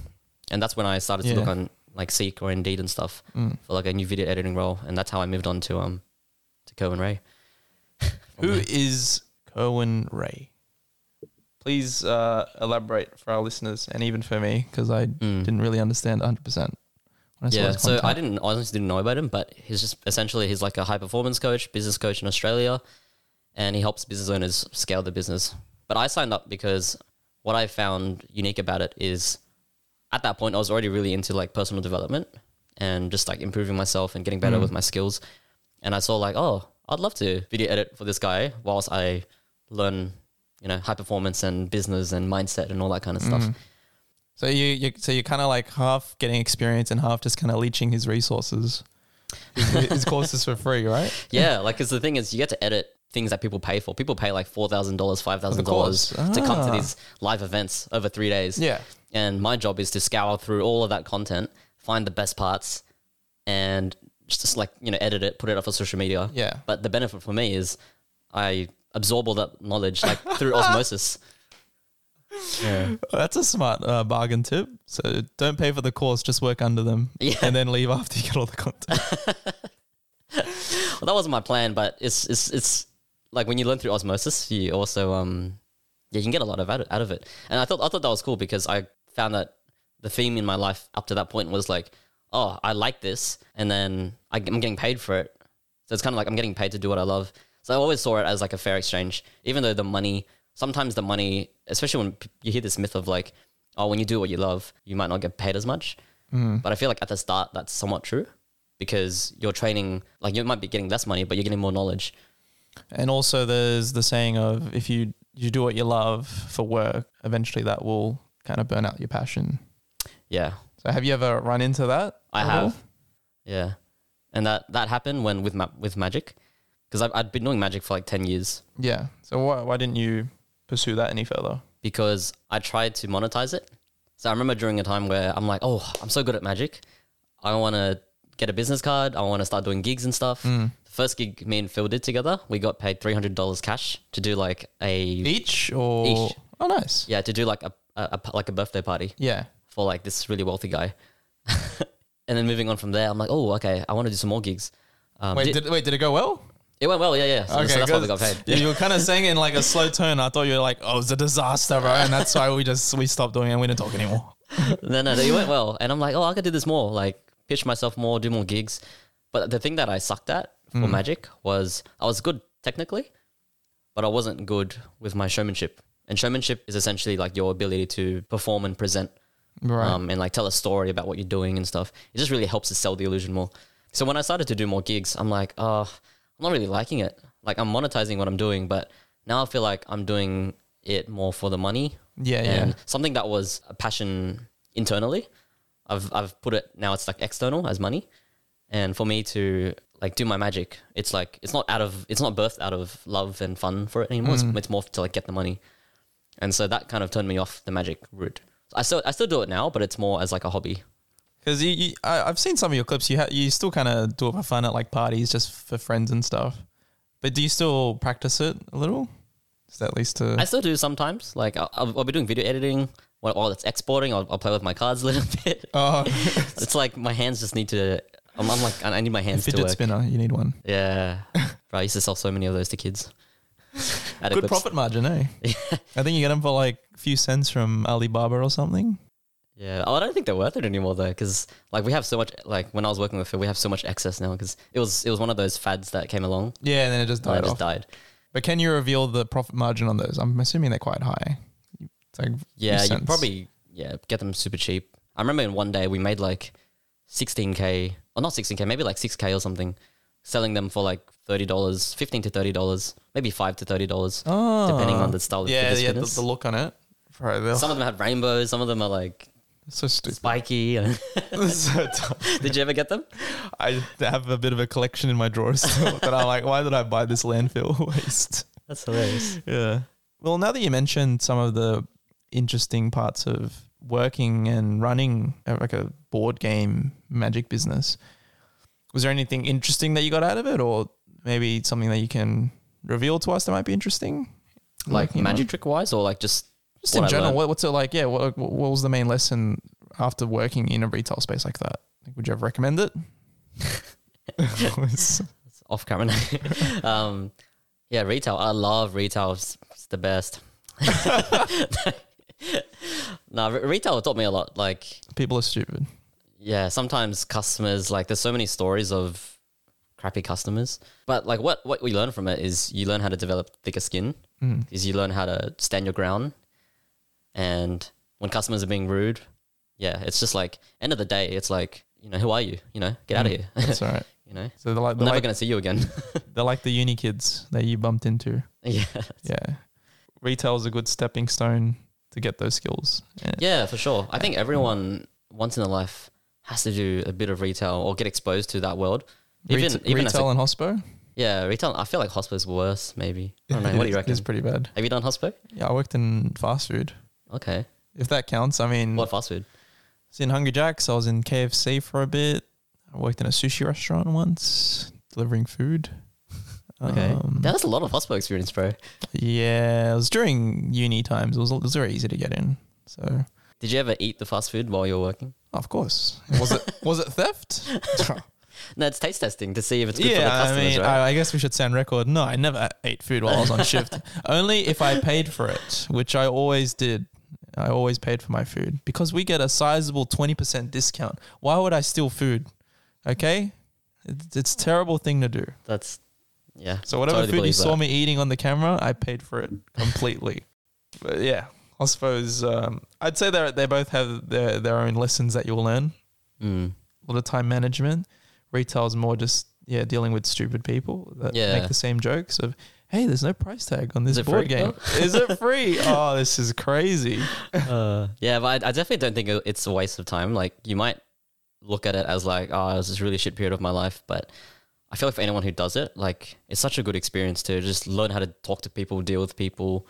Speaker 2: And that's when I started to
Speaker 1: Yeah.
Speaker 2: look on like Seek or Indeed and stuff for like a new video editing role. And that's how I moved on to, um, to Cohen Ray.
Speaker 1: Who is Kerwin Ray? Please uh, elaborate for our listeners and even for me because I didn't really understand 100 percent when I saw
Speaker 2: Hmm. Yeah,
Speaker 1: his
Speaker 2: so I
Speaker 1: content.
Speaker 2: didn't, I honestly didn't know about him, but he's just essentially, he's like a high performance coach, business coach in Australia. And he helps business owners scale their business. But I signed up because what I found unique about it is at that point I was already really into like personal development and just like improving myself and getting better with my skills. And I saw like, oh, I'd love to video edit for this guy whilst I learn, you know, high performance and business and mindset and all that kind of stuff.
Speaker 1: So you you so you're kind of like half getting experience and half just kind of leeching his resources, his, his courses for free, right?
Speaker 2: Yeah, like because the thing is, you get to edit things that people pay for. People pay like four thousand dollars, five thousand
Speaker 1: course.
Speaker 2: dollars to come to
Speaker 1: Ah.
Speaker 2: these live events over three days.
Speaker 1: Yeah.
Speaker 2: and my job is to scour through all of that content, find the best parts, and just, just like you know, edit it, put it up for social media.
Speaker 1: Yeah.
Speaker 2: But the benefit for me is I absorb all that knowledge like through osmosis. Yeah.
Speaker 1: That's a smart uh, bargain tip. So don't pay for the course, just work under them,
Speaker 2: Yeah.
Speaker 1: and then leave after you get all the content.
Speaker 2: Well, that wasn't my plan, but it's it's it's like when you learn through osmosis, you also um yeah, you can get a lot of out, out of it. And I thought I thought that was cool because I found that the theme in my life up to that point was like, oh, I like this, and then I, I'm getting paid for it. So it's kind of like I'm getting paid to do what I love. So I always saw it as like a fair exchange, even though the money sometimes the money, especially when p- you hear this myth of like, oh, when you do what you love, you might not get paid as much. But I feel like at the start that's somewhat true because you're training like you might be getting less money, but you're getting more knowledge.
Speaker 1: And also, there's the saying of if you you do what you love for work, eventually that will kind of burn out your passion.
Speaker 2: Yeah,
Speaker 1: So have you ever run into that?
Speaker 2: I
Speaker 1: at
Speaker 2: have.
Speaker 1: all?
Speaker 2: Yeah, and that that happened when with ma- with magic because I've I'd been doing magic for like ten years
Speaker 1: Yeah. So why why didn't you pursue that any further?
Speaker 2: because I tried to monetize it. So I remember during a time where I'm like, oh, I'm so good at magic. I want to get a business card. I want to start doing gigs and stuff.
Speaker 1: Mm.
Speaker 2: The first gig me and Phil did together, we got paid three hundred dollars cash to do like a
Speaker 1: Each or
Speaker 2: Each.
Speaker 1: oh nice.
Speaker 2: yeah to do like a, a, a like a birthday party.
Speaker 1: Yeah.
Speaker 2: for like this really wealthy guy. and then moving on from there, I'm like, oh, okay, I want to do some more gigs. Um,
Speaker 1: Wait,
Speaker 2: did-
Speaker 1: did, wait, did it go well?
Speaker 2: it went well, yeah, yeah. So, so that's why we got
Speaker 1: 'cause
Speaker 2: paid.
Speaker 1: yeah, You were kind of saying it in like a slow tone. I thought you were like, "Oh, it's a disaster, bro," and that's why we just we stopped doing it. and We didn't talk anymore.
Speaker 2: no, no, it went well. And I'm like, oh, I could do this more, like pitch myself more, do more gigs. But the thing that I sucked at for magic was I was good technically, but I wasn't good with my showmanship. And showmanship is essentially like your ability to perform and present
Speaker 1: Right.
Speaker 2: um, and like tell a story about what you're doing and stuff. It just really helps to sell the illusion more. So when I started to do more gigs, I'm like, oh, I'm not really liking it. Like I'm monetizing what I'm doing, but now I feel like I'm doing it more for the money
Speaker 1: Yeah,
Speaker 2: and
Speaker 1: yeah.
Speaker 2: something that was a passion internally i've i've put it now it's like external as money and for me to like do my magic it's like it's not out of it's not birthed out of love and fun for it anymore
Speaker 1: Mm.
Speaker 2: it's, it's more to like get the money and so that kind of turned me off the magic route i still i still do it now but it's more as like a hobby
Speaker 1: Because you, you I, I've seen some of your clips. You ha- you still kind of do it for fun at like parties, just for friends and stuff. But do you still practice it a little? Is that at least to
Speaker 2: I still do sometimes. Like I'll, I'll I'll be doing video editing while, while it's exporting. I'll, I'll play with my cards a little bit.
Speaker 1: oh
Speaker 2: it's like my hands just need to. I'm, I'm like I need my hands to
Speaker 1: fidget
Speaker 2: work.
Speaker 1: spinner? You need one.
Speaker 2: Yeah, bro. I used to sell so many of those to kids. At a
Speaker 1: Good
Speaker 2: quick-
Speaker 1: profit margin, eh? I think you get them for like a few cents from Alibaba or something.
Speaker 2: Yeah. Oh, I don't think they're worth it anymore though, because like we have so much. Like when I was working with Phil, we have so much excess now because it was it was one of those fads that came along.
Speaker 1: Yeah, and then it just
Speaker 2: and I
Speaker 1: died
Speaker 2: just
Speaker 1: off.
Speaker 2: died.
Speaker 1: But can you reveal the profit margin on those? I'm assuming they're quite high. It's like
Speaker 2: Yeah, you
Speaker 1: cents.
Speaker 2: probably yeah get them super cheap. I remember in one day we made like 16k, or not 16k, maybe like 6k or something, selling them for like thirty dollars, fifteen to thirty dollars, maybe five to thirty dollars,
Speaker 1: Oh.
Speaker 2: depending on the style of
Speaker 1: yeah,
Speaker 2: fidget
Speaker 1: yeah, the,
Speaker 2: spinners.
Speaker 1: the look on it. Probably they'll-
Speaker 2: Some of them had rainbows, some of them are like
Speaker 1: so stupid.
Speaker 2: spiky. and-
Speaker 1: So dumb.
Speaker 2: Did you ever get them?
Speaker 1: I have a bit of a collection in my drawers still that I'm like, why did I buy this landfill waste?
Speaker 2: That's hilarious.
Speaker 1: Yeah. Well, now that you mentioned some of the interesting parts of working and running uh, like a board game magic business, was there anything interesting that you got out of it, or maybe something that you can reveal to us that might be interesting?
Speaker 2: Like
Speaker 1: you know,
Speaker 2: magic trick wise, or like just
Speaker 1: just
Speaker 2: what
Speaker 1: in
Speaker 2: I
Speaker 1: general.
Speaker 2: learned.
Speaker 1: What, what's it like? Yeah. What, what was the main lesson after working in a retail space like that? Like, would you ever recommend it?
Speaker 2: off camera. um, yeah, retail. I love retail. It's, it's the best. no, re- retail taught me a lot. Like,
Speaker 1: People are stupid.
Speaker 2: yeah, sometimes customers like there's so many stories of crappy customers. But like, what what we learn from it is you learn how to develop thicker skin.
Speaker 1: Mm.
Speaker 2: Is you learn how to stand your ground, and when customers are being rude, yeah, it's just like end of the day, it's like you know who are you? You know, get out of here.
Speaker 1: That's all right.
Speaker 2: you know,
Speaker 1: So they're like,
Speaker 2: I'm
Speaker 1: they're
Speaker 2: never
Speaker 1: Mm. like,
Speaker 2: gonna see you again.
Speaker 1: they're like the uni kids that you bumped into.
Speaker 2: yeah.
Speaker 1: Yeah. Retail is a good stepping stone to get those skills. Yeah.
Speaker 2: Yeah, for sure. I think everyone once in their life has to do a bit of retail or get exposed to that world. Even
Speaker 1: Ret-
Speaker 2: even as
Speaker 1: retail
Speaker 2: a,
Speaker 1: and hospo.
Speaker 2: yeah, retail. I feel like hospital's worse. Maybe I don't know. What do you reckon?
Speaker 1: It's pretty bad.
Speaker 2: Have you done hospo?
Speaker 1: Yeah, I worked in fast food.
Speaker 2: Okay.
Speaker 1: If that counts, I mean,
Speaker 2: What fast food?
Speaker 1: was in Hungry Jack's. I was in KFC for a bit. I worked in a sushi restaurant once, delivering food.
Speaker 2: Okay,
Speaker 1: Um,
Speaker 2: that's a lot of hospo experience, bro.
Speaker 1: yeah, it was during uni times. It was, it was very easy to get in. So,
Speaker 2: Did you ever eat the fast food while you were working?
Speaker 1: of course, was it was it theft?
Speaker 2: No, it's taste testing to see if it's good for the
Speaker 1: Yeah, I
Speaker 2: customers,
Speaker 1: mean,
Speaker 2: right?
Speaker 1: I, I guess we should sound record. No, I never ate food while I was on shift. Only if I paid for it, which I always did. I always paid for my food because we get a sizable 20% discount. Why would I steal food? Okay? It's, it's a terrible thing to do.
Speaker 2: that's yeah.
Speaker 1: So whatever
Speaker 2: totally
Speaker 1: food you
Speaker 2: believe
Speaker 1: saw
Speaker 2: that.
Speaker 1: me eating on the camera, I paid for it completely. but yeah, I suppose um, I'd say they they both have their, their own lessons that you'll learn
Speaker 2: Mm.
Speaker 1: a lot of time management. Retail is more just yeah dealing with stupid people that
Speaker 2: Yeah.
Speaker 1: make the same jokes of hey, there's no price tag on this
Speaker 2: it
Speaker 1: board
Speaker 2: free?
Speaker 1: game. is it free? Oh, this is crazy.
Speaker 2: Uh, yeah, but I, I definitely don't think it- it's a waste of time. Like you might look at it as like, oh, it was this really shit period of my life, but I feel like for anyone who does it, like it's such a good experience to just learn how to talk to people, deal with people.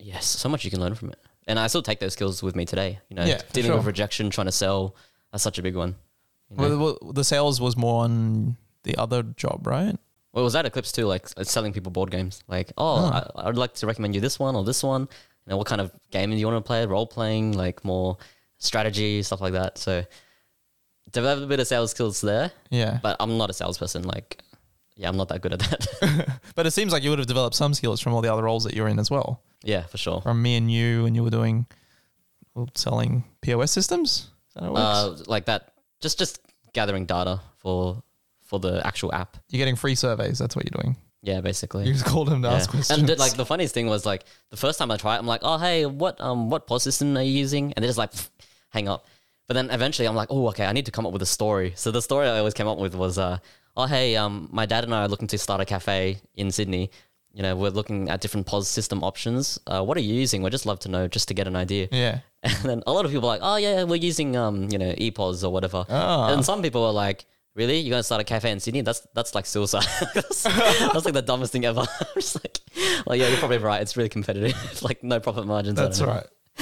Speaker 2: Yes, so much you can learn from it, and I still take those skills with me today. You know,
Speaker 1: Yeah, for
Speaker 2: dealing with
Speaker 1: sure.
Speaker 2: rejection, trying to sell, that's such a big one. You know?
Speaker 1: Well, well, the sales was more on the other job, right?
Speaker 2: Well, was that Eclipse too? Like s- selling people board games. Like, oh, I, I'd like to recommend you this one or this one. You know, what kind of game do you want to play? Role playing, like more strategy stuff like that. So develop a bit of sales skills there.
Speaker 1: Yeah, but,
Speaker 2: But I'm not a salesperson. Like, yeah, I'm not that good at that.
Speaker 1: it seems like you would have developed some skills from all the other roles that you were in as well.
Speaker 2: yeah, for sure.
Speaker 1: From me and you, and you were doing well, selling POS systems. Is that how it works?
Speaker 2: Uh, like that. Just just gathering data for for the actual app.
Speaker 1: you're getting free surveys. That's what you're doing.
Speaker 2: Yeah, basically.
Speaker 1: You just called him to
Speaker 2: Yeah.
Speaker 1: ask questions.
Speaker 2: And the, like the funniest thing was like the first time I tried, it, I'm like, oh hey, what um what pod system are you using? And they're just like, "Pff, hang up. But then eventually I'm like, oh okay, I need to come up with a story. So the story I always came up with was, uh, oh hey, um my dad and I are looking to start a cafe in Sydney. you know, we're looking at different POS system options. Uh, what are you using? We'd just love to know, just to get an idea.
Speaker 1: Yeah.
Speaker 2: And then a lot of people are like, oh yeah, we're using um, you know, EPOS or whatever.
Speaker 1: Ah.
Speaker 2: And some people are like, really? You're gonna start a cafe in Sydney? That's that's like suicide. that's, that's like the dumbest thing ever. I'm just like, well, yeah, you're probably right. It's really competitive. like no profit margins. I
Speaker 1: That's
Speaker 2: don't know.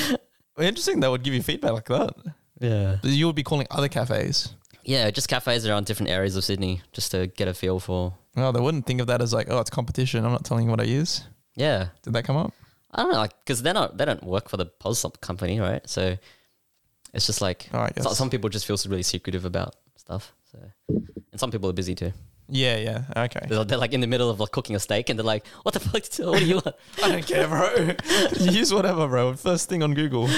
Speaker 1: right. Interesting. That would give you feedback like that.
Speaker 2: Yeah.
Speaker 1: But You would be calling other cafes.
Speaker 2: Yeah, just cafes around different areas of Sydney, just to get a feel for.
Speaker 1: No, they wouldn't think of that as like, oh, it's competition. I'm not telling you what I use.
Speaker 2: Yeah,
Speaker 1: Did that come up?
Speaker 2: I don't know, like because they're not they don't work for the POS company, right? So it's just like
Speaker 1: Oh, I guess.
Speaker 2: so- some people just feel really secretive about stuff. So and some people are busy too.
Speaker 1: yeah, yeah. Okay.
Speaker 2: They're, they're like in the middle of like cooking a steak, and they're like, "What the fuck? What do you want?"
Speaker 1: I don't care, bro. Use whatever, bro. First thing on Google.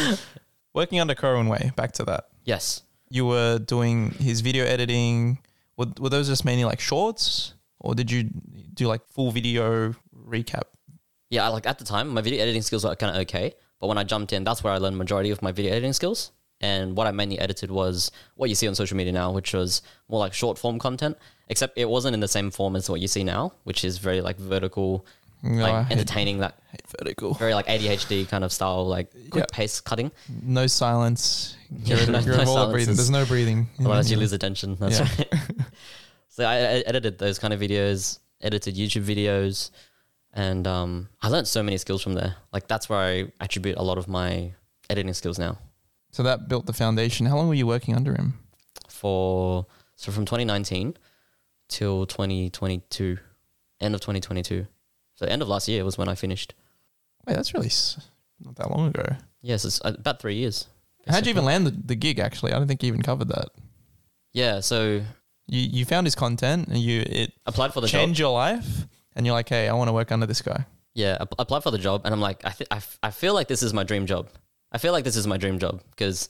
Speaker 1: Working under Corwin Way, back to that.
Speaker 2: yes,
Speaker 1: You were doing his video editing. Were, were those just mainly like shorts? Or did you do like full video recap?
Speaker 2: yeah. I- Like at the time, my video editing skills were kind of okay, but when I jumped in, that's where I learned majority of my video editing skills. And what I mainly edited was what you see on social media now, which was more like short form content, except it wasn't in the same form as what you see now, which is very like vertical,
Speaker 1: No, I
Speaker 2: like
Speaker 1: hate,
Speaker 2: entertaining that
Speaker 1: hate vertical.
Speaker 2: very like ADHD kind of style, like quick pace cutting.
Speaker 1: No silence. Get rid
Speaker 2: Yeah,
Speaker 1: of-
Speaker 2: no-
Speaker 1: get rid of
Speaker 2: no
Speaker 1: all the breathing.
Speaker 2: silences.
Speaker 1: There's no breathing.
Speaker 2: Otherwise, you lose attention. That's
Speaker 1: Yeah.
Speaker 2: right. so I, I edited those kind of videos, edited YouTube videos, and um, I learned so many skills from there. Like that's where I attribute a lot of my editing skills now.
Speaker 1: So that built the foundation. How long were you working under him?
Speaker 2: For so from 2019 till 2022, end of 2022. So end of last year was when I finished.
Speaker 1: Wait, that's really s- not that long ago.
Speaker 2: Yes, it's uh, about three years.
Speaker 1: How'd you even land the, the gig? Actually, I don't think you even covered that.
Speaker 2: Yeah, so
Speaker 1: You you found his content and you it
Speaker 2: applied for the job.
Speaker 1: changed your life, and you're like, hey, I want to work under this guy.
Speaker 2: yeah, app- apply for the job, and I'm like, I, th- I, f- I feel like this is my dream job. I feel like this is my dream job because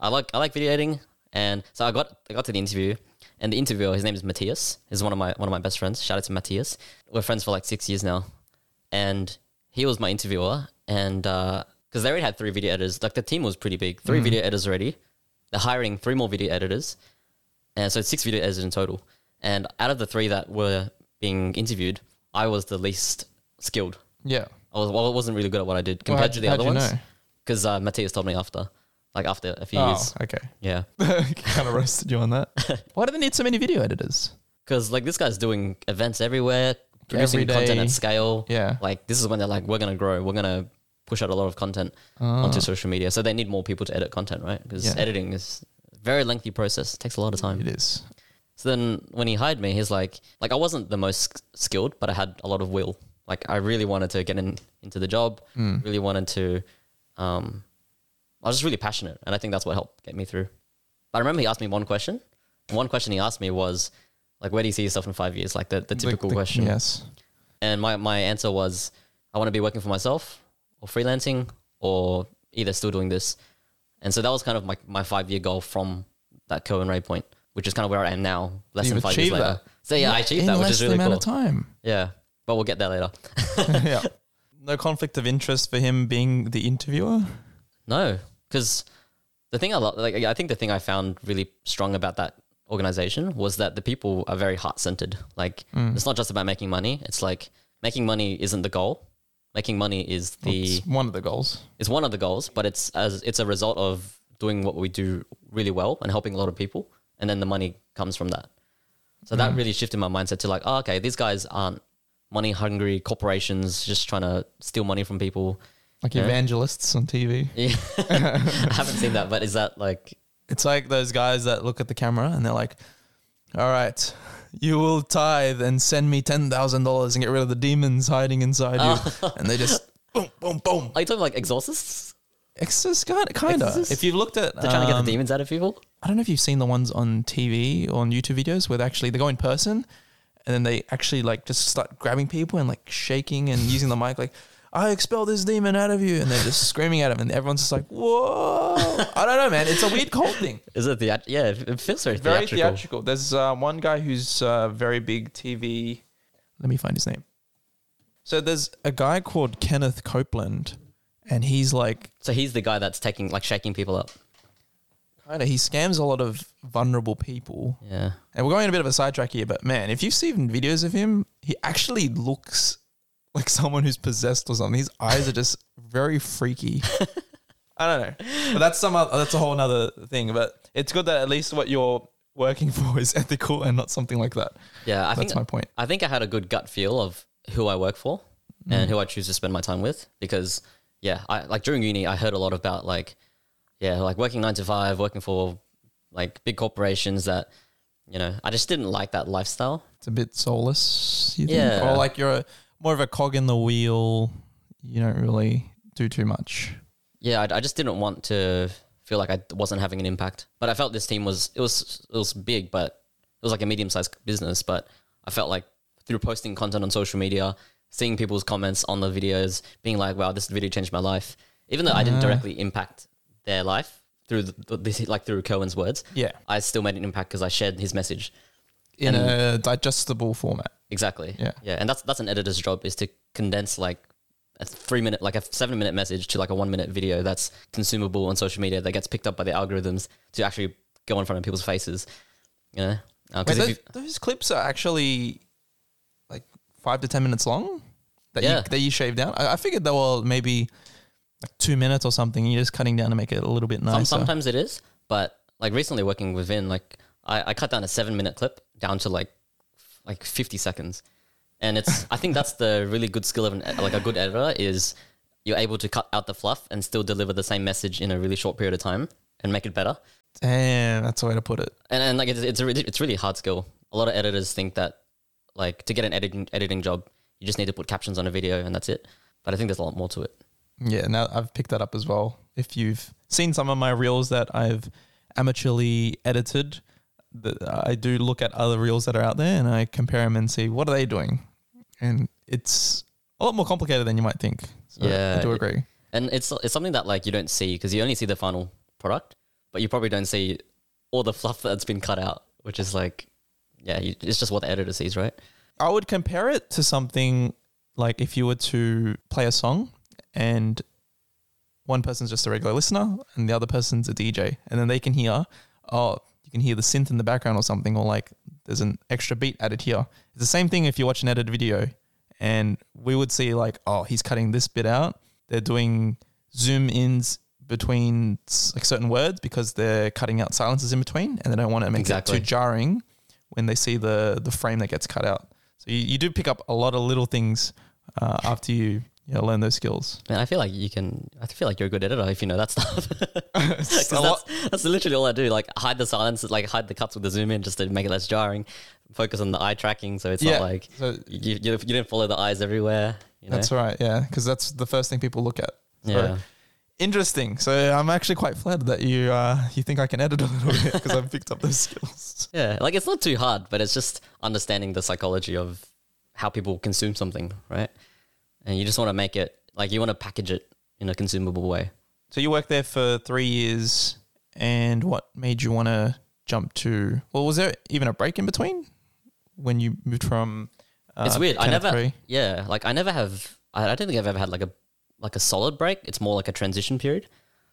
Speaker 2: I like I like video editing, and so I got I got to the interview, and the interviewer, his name is Matthias, he's one of my one of my best friends. Shout out to Matthias. We're friends for like six years now, and he was my interviewer, and because they already had three video editors, like the team was pretty big, three video editors already. They're hiring three more video editors, and so it's six video editors in total. And out of the three that were being interviewed, I was the least skilled.
Speaker 1: Yeah.
Speaker 2: I was well, I wasn't really good at what I did compared
Speaker 1: how'd-
Speaker 2: to the
Speaker 1: how'd
Speaker 2: other
Speaker 1: you
Speaker 2: ones.
Speaker 1: know?
Speaker 2: Because uh, Matthias told me after, like after a few
Speaker 1: Oh,
Speaker 2: years,
Speaker 1: okay.
Speaker 2: yeah.
Speaker 1: kind of roasted you on that. Why do they need so many video editors?
Speaker 2: Because like this guy's doing events everywhere, producing
Speaker 1: Every
Speaker 2: content
Speaker 1: day.
Speaker 2: at scale.
Speaker 1: Yeah.
Speaker 2: Like this is when they're like, we're gonna grow, we're gonna push out a lot of content onto social media. So they need more people to edit content, right? Because
Speaker 1: Ah. Yeah.
Speaker 2: editing is a very lengthy process. It takes a lot of time.
Speaker 1: It is.
Speaker 2: So then when he hired me, he's like, like I wasn't the most skilled, but I had a lot of will. Like I really wanted to get in into the job. Really wanted to. Um, I was just really passionate, and I think that's what helped get me through. But I remember he asked me one question. One question he asked me was, like, where do you see yourself in five years? Like the, the typical
Speaker 1: The- the-
Speaker 2: question.
Speaker 1: Yes.
Speaker 2: And my, my answer was, I want to be working for myself or freelancing or either still doing this. And so that was kind of my, my five year goal from that Cohen Ray point, which is kind of where I am now, less
Speaker 1: You've
Speaker 2: than five years
Speaker 1: achieved
Speaker 2: later.
Speaker 1: that.
Speaker 2: So yeah, I achieved
Speaker 1: In
Speaker 2: that, which
Speaker 1: less
Speaker 2: is
Speaker 1: than
Speaker 2: really
Speaker 1: amount
Speaker 2: cool.
Speaker 1: of time.
Speaker 2: Yeah. But we'll get there later.
Speaker 1: yeah. No conflict of interest for him being the interviewer.
Speaker 2: No, because the thing I love, like, I think the thing I found really strong about that organization was that the people are very heart centered. Like,
Speaker 1: Mm.
Speaker 2: it's not just about making money. It's like making money isn't the goal. Making money is the
Speaker 1: It's one of the goals.
Speaker 2: it's one of the goals, but it's as it's a result of doing what we do really well and helping a lot of people, and then the money comes from that. So
Speaker 1: Mm.
Speaker 2: that really shifted my mindset to like, oh, okay, these guys aren't money hungry corporations just trying to steal money from people.
Speaker 1: Like evangelists on TV.
Speaker 2: Yeah. I haven't seen that, but is that like
Speaker 1: It's like those guys that look at the camera and they're like, all right, you will tithe and send me $10,000 and get rid of the demons hiding inside
Speaker 2: Oh.
Speaker 1: you. and they just boom, boom, boom.
Speaker 2: are you talking like exorcists?
Speaker 1: Exorcist, kind kinda.
Speaker 2: Exorcist?
Speaker 1: If you've looked at,
Speaker 2: They're trying to get
Speaker 1: um,
Speaker 2: the demons out of people.
Speaker 1: I don't know if you've seen the ones on TV or on YouTube videos where they actually they go in person and then they actually like just start grabbing people and like shaking and using the mic like I expel this demon out of you and they're just screaming at him and everyone's just like whoa I don't know man it's a weird cult thing
Speaker 2: Is it the yeah? It it feels very,
Speaker 1: very
Speaker 2: theatrical.
Speaker 1: theatrical. There's uh, one guy who's uh, very big TV. Let me find his name. So there's a guy called Kenneth Copeland, and he's like
Speaker 2: So he's the guy that's taking like shaking people up.
Speaker 1: kind of he scams a lot of vulnerable people.
Speaker 2: Yeah.
Speaker 1: And we're going a bit of a sidetrack here, but man, if you've seen videos of him, he actually looks like someone who's possessed or something. His eyes are just very freaky. I don't know, but that's some other, that's a whole other thing. But it's good that at least what you're working for is ethical and not something like that.
Speaker 2: Yeah, I
Speaker 1: That's
Speaker 2: think
Speaker 1: my point.
Speaker 2: I think I had a good gut feel of who I work for and who I choose to spend my time with because yeah, I like during uni I heard a lot about like yeah, like working 9 to 5, working for like big corporations that you know, I just didn't like that lifestyle.
Speaker 1: It's a bit soulless. You think?
Speaker 2: Yeah.
Speaker 1: or like you're a, more of a cog in the wheel. You don't really do too much.
Speaker 2: Yeah, I, I just didn't want to feel like I wasn't having an impact. But I felt this team was it was it was big, but it was like a medium sized business. But I felt like through posting content on social media, seeing people's comments on the videos, being like, "Wow, this video changed my life," even though I didn't directly impact their life through the, the- this, like through Cohen's words.
Speaker 1: Yeah,
Speaker 2: I still made an impact because I shared his message.
Speaker 1: in a digestible format.
Speaker 2: Exactly.
Speaker 1: Yeah.
Speaker 2: Yeah, and that's that's an editor's job is to condense like a three minute, like a seven minute message to like a one minute video that's consumable on social media that gets picked up by the algorithms to actually go in front of people's faces. You know, Uh, 'cause
Speaker 1: Wait,
Speaker 2: if
Speaker 1: those,
Speaker 2: you-
Speaker 1: those clips are actually like five to ten minutes long that
Speaker 2: Yeah.
Speaker 1: you that you shaved down. I, I figured they were maybe like two minutes or something. You're just cutting down to make it a little bit nicer.
Speaker 2: some, sometimes it is, but like recently working with Vin, like I, I cut down a seven minute clip down to like f- like fifty seconds, and it's I think that's the really good skill of an, like a good editor is you're able to cut out the fluff and still deliver the same message in a really short period of time and make it better.
Speaker 1: Damn, that's the way to put it.
Speaker 2: and, and like it's, it's a really, it's really hard skill. A lot of editors think that like to get an editing editing job, you just need to put captions on a video and that's it. But I think there's a lot more to it.
Speaker 1: Yeah, now I've picked that up as well. If you've seen some of my reels that I've amateurly edited, the, I do look at other reels that are out there and I compare them and see what are they doing, and it's a lot more complicated than you might think. So I
Speaker 2: Yeah,
Speaker 1: do
Speaker 2: it-
Speaker 1: agree.
Speaker 2: And it's it's something that like you don't see because you only see the final product, but you probably don't see all the fluff that's been cut out, which is like yeah, you, it's just what the editor sees, right?
Speaker 1: I would compare it to something like if you were to play a song and one person's just a regular listener and the other person's a DJ, and then they can hear, oh, you can hear the synth in the background or something, or like there's an extra beat added here. It's the same thing if you watch an edited video and we would see, like, oh, he's cutting this bit out. They're doing zoom ins between s- like certain words because they're cutting out silences in between and they don't want to make it
Speaker 2: Exactly.
Speaker 1: too jarring when they see the the frame that gets cut out. So you, you do pick up a lot of little things uh, after you, you know, learn those skills.
Speaker 2: Man, I feel like you can. I feel like you're a good editor if you know that stuff. 'Cause
Speaker 1: a lot-
Speaker 2: that's, that's literally all I do. Like hide the silences, like hide the cuts with the zoom in, just to make it less jarring. Focus on the eye tracking, so it's
Speaker 1: Yeah.
Speaker 2: not like
Speaker 1: So
Speaker 2: you, you, you didn't follow the eyes everywhere. You know?
Speaker 1: that's right. Yeah, because that's the first thing people look at. So
Speaker 2: yeah.
Speaker 1: Interesting. So I'm actually quite flattered that you uh, you think I can edit a little bit because I've picked up those skills.
Speaker 2: Yeah. Like it's not too hard, but it's just understanding the psychology of how people consume something, right? And you just want to make it like you want to package it in a consumable way.
Speaker 1: So you worked there for three years, and what made you want to jump to? Well, was there even a break in between when you moved from? Uh,
Speaker 2: It's weird. I
Speaker 1: Kenneth
Speaker 2: never-
Speaker 1: Cree?
Speaker 2: Yeah. Like I never have I, I don't think I've ever had like a like a solid break. It's more like a transition period.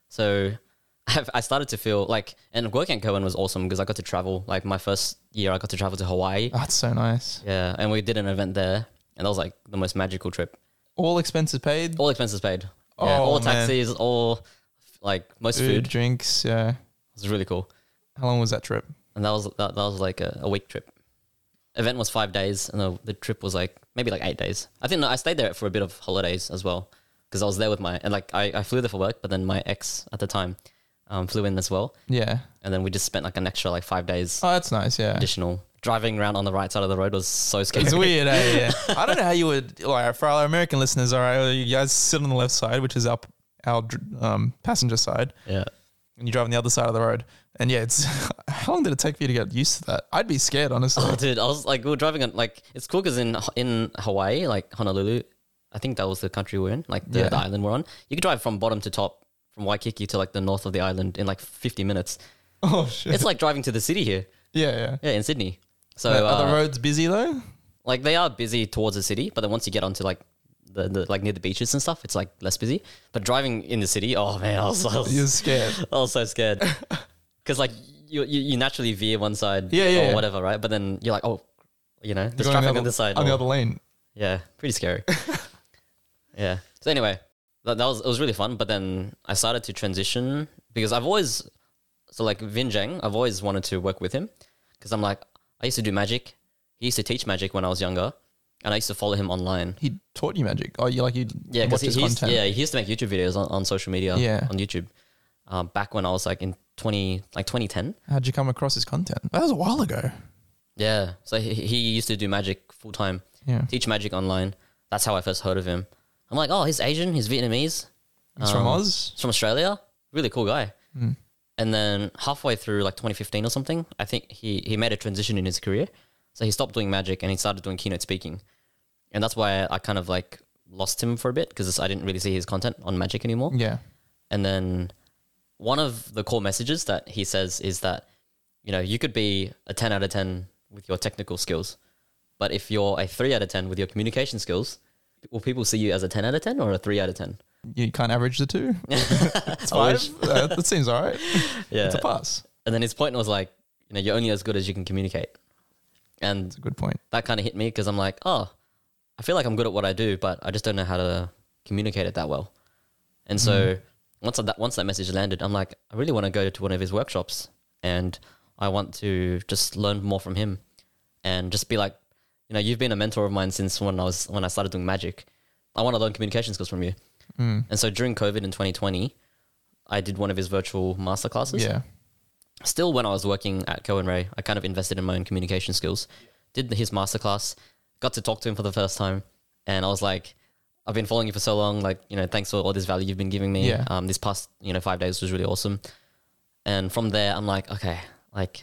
Speaker 2: So I've, I started to feel like, and working at Cohen was awesome because I got to travel. Like my first year, I got to travel to Hawaii.
Speaker 1: Oh, that's so nice.
Speaker 2: Yeah, and we did an event there, and that was like the most magical trip.
Speaker 1: All expenses paid.
Speaker 2: All expenses paid. Yeah,
Speaker 1: Oh,
Speaker 2: all
Speaker 1: man.
Speaker 2: taxis, all like most
Speaker 1: food,
Speaker 2: food.
Speaker 1: drinks. Yeah.
Speaker 2: It was really cool,
Speaker 1: How long was that trip?
Speaker 2: and that was that, that was like a, a week trip. Event was five days, and the, the trip was like maybe like eight days. I think no, I stayed there for a bit of holidays as well because I was there with my and like I, I flew there for work, but then my ex at the time um, flew in as well,
Speaker 1: Yeah.
Speaker 2: and then we just spent like an extra like five days
Speaker 1: Oh, that's nice. Yeah.
Speaker 2: additional. Driving around on the right side of the road was so scary.
Speaker 1: It's weird, eh? Yeah. I don't know how you would like for our American listeners. All right, you guys sit on the left side, which is our our um, passenger side,
Speaker 2: Yeah.
Speaker 1: and you drive on the other side of the road. And yeah, it's how long did it take for you to get used to that? I'd be scared, honestly.
Speaker 2: Oh, dude, I was like, we were driving on like it's cool because in in Hawaii, like Honolulu, I think that was the country we're in, like the,
Speaker 1: Yeah.
Speaker 2: the island we're on. You could drive from bottom to top, from Waikiki to like the north of the island in like 50 minutes.
Speaker 1: Oh shit.
Speaker 2: It's like driving to the city here,
Speaker 1: yeah, yeah.
Speaker 2: yeah, in Sydney. So
Speaker 1: Are the
Speaker 2: uh,
Speaker 1: roads busy though?
Speaker 2: like they are busy towards the city, but then once you get onto like the, the like near the beaches and stuff, it's like less busy. But driving in the city, oh man, I was, I was-
Speaker 1: You're scared.
Speaker 2: I was so scared because like you, you you naturally veer one side,
Speaker 1: Yeah, yeah,
Speaker 2: or
Speaker 1: yeah.
Speaker 2: whatever, right? But then you're like, oh, you know, there's
Speaker 1: You're going
Speaker 2: traffic
Speaker 1: the
Speaker 2: on
Speaker 1: other-
Speaker 2: this side.
Speaker 1: on the
Speaker 2: or-
Speaker 1: other lane.
Speaker 2: yeah, pretty scary. Yeah. So anyway, that, that was it was really fun. But then I started to transition because I've always so like Vinjang, I've always wanted to work with him because I'm like I used to do magic. He used to teach magic when I was younger, and I used to follow him online.
Speaker 1: He taught you magic. Oh, you like you
Speaker 2: Yeah, because
Speaker 1: watch
Speaker 2: he,
Speaker 1: his
Speaker 2: he used,
Speaker 1: content.
Speaker 2: yeah, he used to make YouTube videos on, on social media.
Speaker 1: Yeah.
Speaker 2: on YouTube. Um, back when I was like in twenty, like twenty ten.
Speaker 1: How'd you come across his content? That was a while ago.
Speaker 2: Yeah, so he, he used to do magic full time.
Speaker 1: Yeah.
Speaker 2: teach magic online. That's how I first heard of him. I'm like, oh, he's Asian, he's Vietnamese,
Speaker 1: He's from
Speaker 2: Um,
Speaker 1: Oz.
Speaker 2: he's from Australia. Really cool guy.
Speaker 1: Hmm.
Speaker 2: And then halfway through, like 2015 or something, I think he, he made a transition in his career. So he stopped doing magic and he started doing keynote speaking. And that's why I kind of like lost him for a bit because I didn't really see his content on magic anymore.
Speaker 1: Yeah.
Speaker 2: And then one of the core messages that he says is that, you know, you could be a 10 out of 10 with your technical skills, but if you're a 3 out of 10 with your communication skills, will people see you as a 10 out of 10 or a 3 out of 10?
Speaker 1: You can't average the two.
Speaker 2: It's
Speaker 1: I wish- uh, that seems all right.
Speaker 2: Yeah.
Speaker 1: It's a pass.
Speaker 2: and then his point was like, you know, you're only as good as you can communicate. And
Speaker 1: It's a good point.
Speaker 2: that kind of hit me because I'm like, oh, I feel like I'm good at what I do, but I just don't know how to communicate it that well. And so once that once that message landed, I'm like, I really want to go to one of his workshops, and I want to just learn more from him, and just be like, you know, you've been a mentor of mine since when I was when I started doing magic. I want to learn communication skills from you. And so during COVID in 2020, I did one of his virtual masterclasses
Speaker 1: Yeah.
Speaker 2: still when I was working at Cohen Ray, I kind of invested in my own communication skills. Did his masterclass, got to talk to him for the first time, and I was like, I've been following you for so long, like, you know, thanks for all this value you've been giving me.
Speaker 1: Yeah.
Speaker 2: Um, this past, you know, five days was really awesome. And from there, I'm like, okay, like,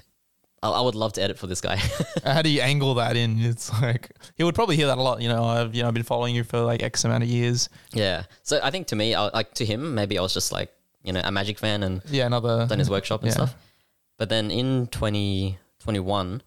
Speaker 2: I, I would love to edit for this guy.
Speaker 1: How do you angle that in? It's like he would probably hear that a lot. You know, I've you know I've been following you for like X amount of years.
Speaker 2: yeah. So I think to me, I, like, to him, maybe I was just like, you know, a magic fan and
Speaker 1: Yeah, another.
Speaker 2: done his workshop and
Speaker 1: Yeah.
Speaker 2: stuff. But then in 2021,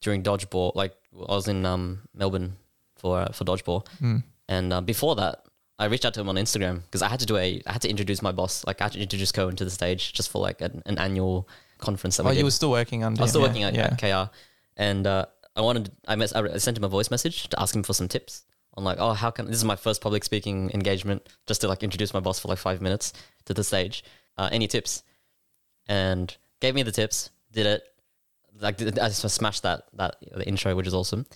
Speaker 2: during dodgeball, like I was in um, Melbourne for uh, for dodgeball,
Speaker 1: Hmm.
Speaker 2: and uh, before that, I reached out to him on Instagram because I had to do a I had to introduce my boss, like I had to introduce Cohen to the stage just for like an, an annual conference that
Speaker 1: Oh,
Speaker 2: we did.
Speaker 1: you were still working under.
Speaker 2: I was still
Speaker 1: him,
Speaker 2: working
Speaker 1: yeah,
Speaker 2: at,
Speaker 1: yeah.
Speaker 2: at KR, and uh, I wanted I, mess, I sent him a voice message to ask him for some tips on like, oh, how can this is my first public speaking engagement, just to like introduce my boss for like five minutes to the stage. Uh, any tips? And gave me the tips. Did it. Like did- I just smashed that that the intro, which is awesome.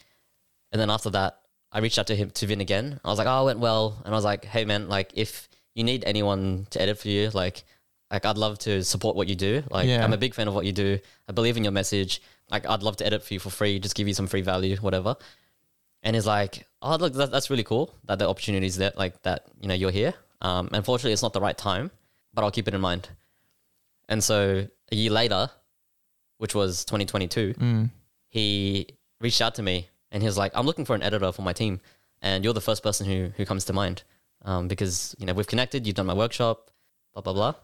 Speaker 2: And then after that, I reached out to him to Vin again. I was like, oh, it went well. And I was like, hey man, like if you need anyone to edit for you, like like I'd love to support what you do. Like
Speaker 1: Yeah.
Speaker 2: I'm a big fan of what you do. I believe in your message. Like I'd love to edit for you for free, just give you some free value, whatever. And he's like, oh look, that, that's really cool that the opportunity is there, like that you know you're here. Um, unfortunately, it's not the right time, but I'll keep it in mind. And so a year later, which was 2022, he reached out to me and he was like, "I'm looking for an editor for my team, and you're the first person who who comes to mind um, because you know we've connected. You've done my workshop, blah blah blah."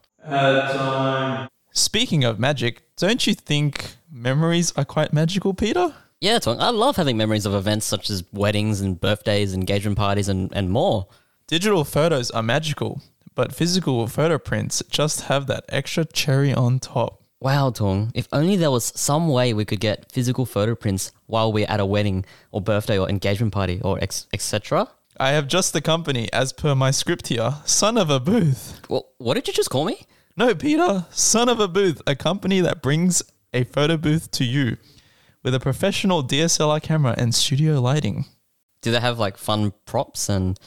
Speaker 1: Speaking of magic, don't you think memories are quite magical, Peter?
Speaker 2: Yeah, Tong, I love having memories of events such as weddings and birthdays, engagement parties, and and more.
Speaker 1: Digital photos are magical, but physical photo prints just have that extra cherry on top.
Speaker 2: Wow, Tong, if only there was some way we could get physical photo prints while we're at a wedding or birthday or engagement party or ex- etc.
Speaker 1: I have just the company, as per my script here. Son of a booth.
Speaker 2: Well, what did you just call me?
Speaker 1: No, Peter, son of a booth, a company that brings a photo booth to you with a professional DSLR camera and studio lighting.
Speaker 2: Do they have like fun props and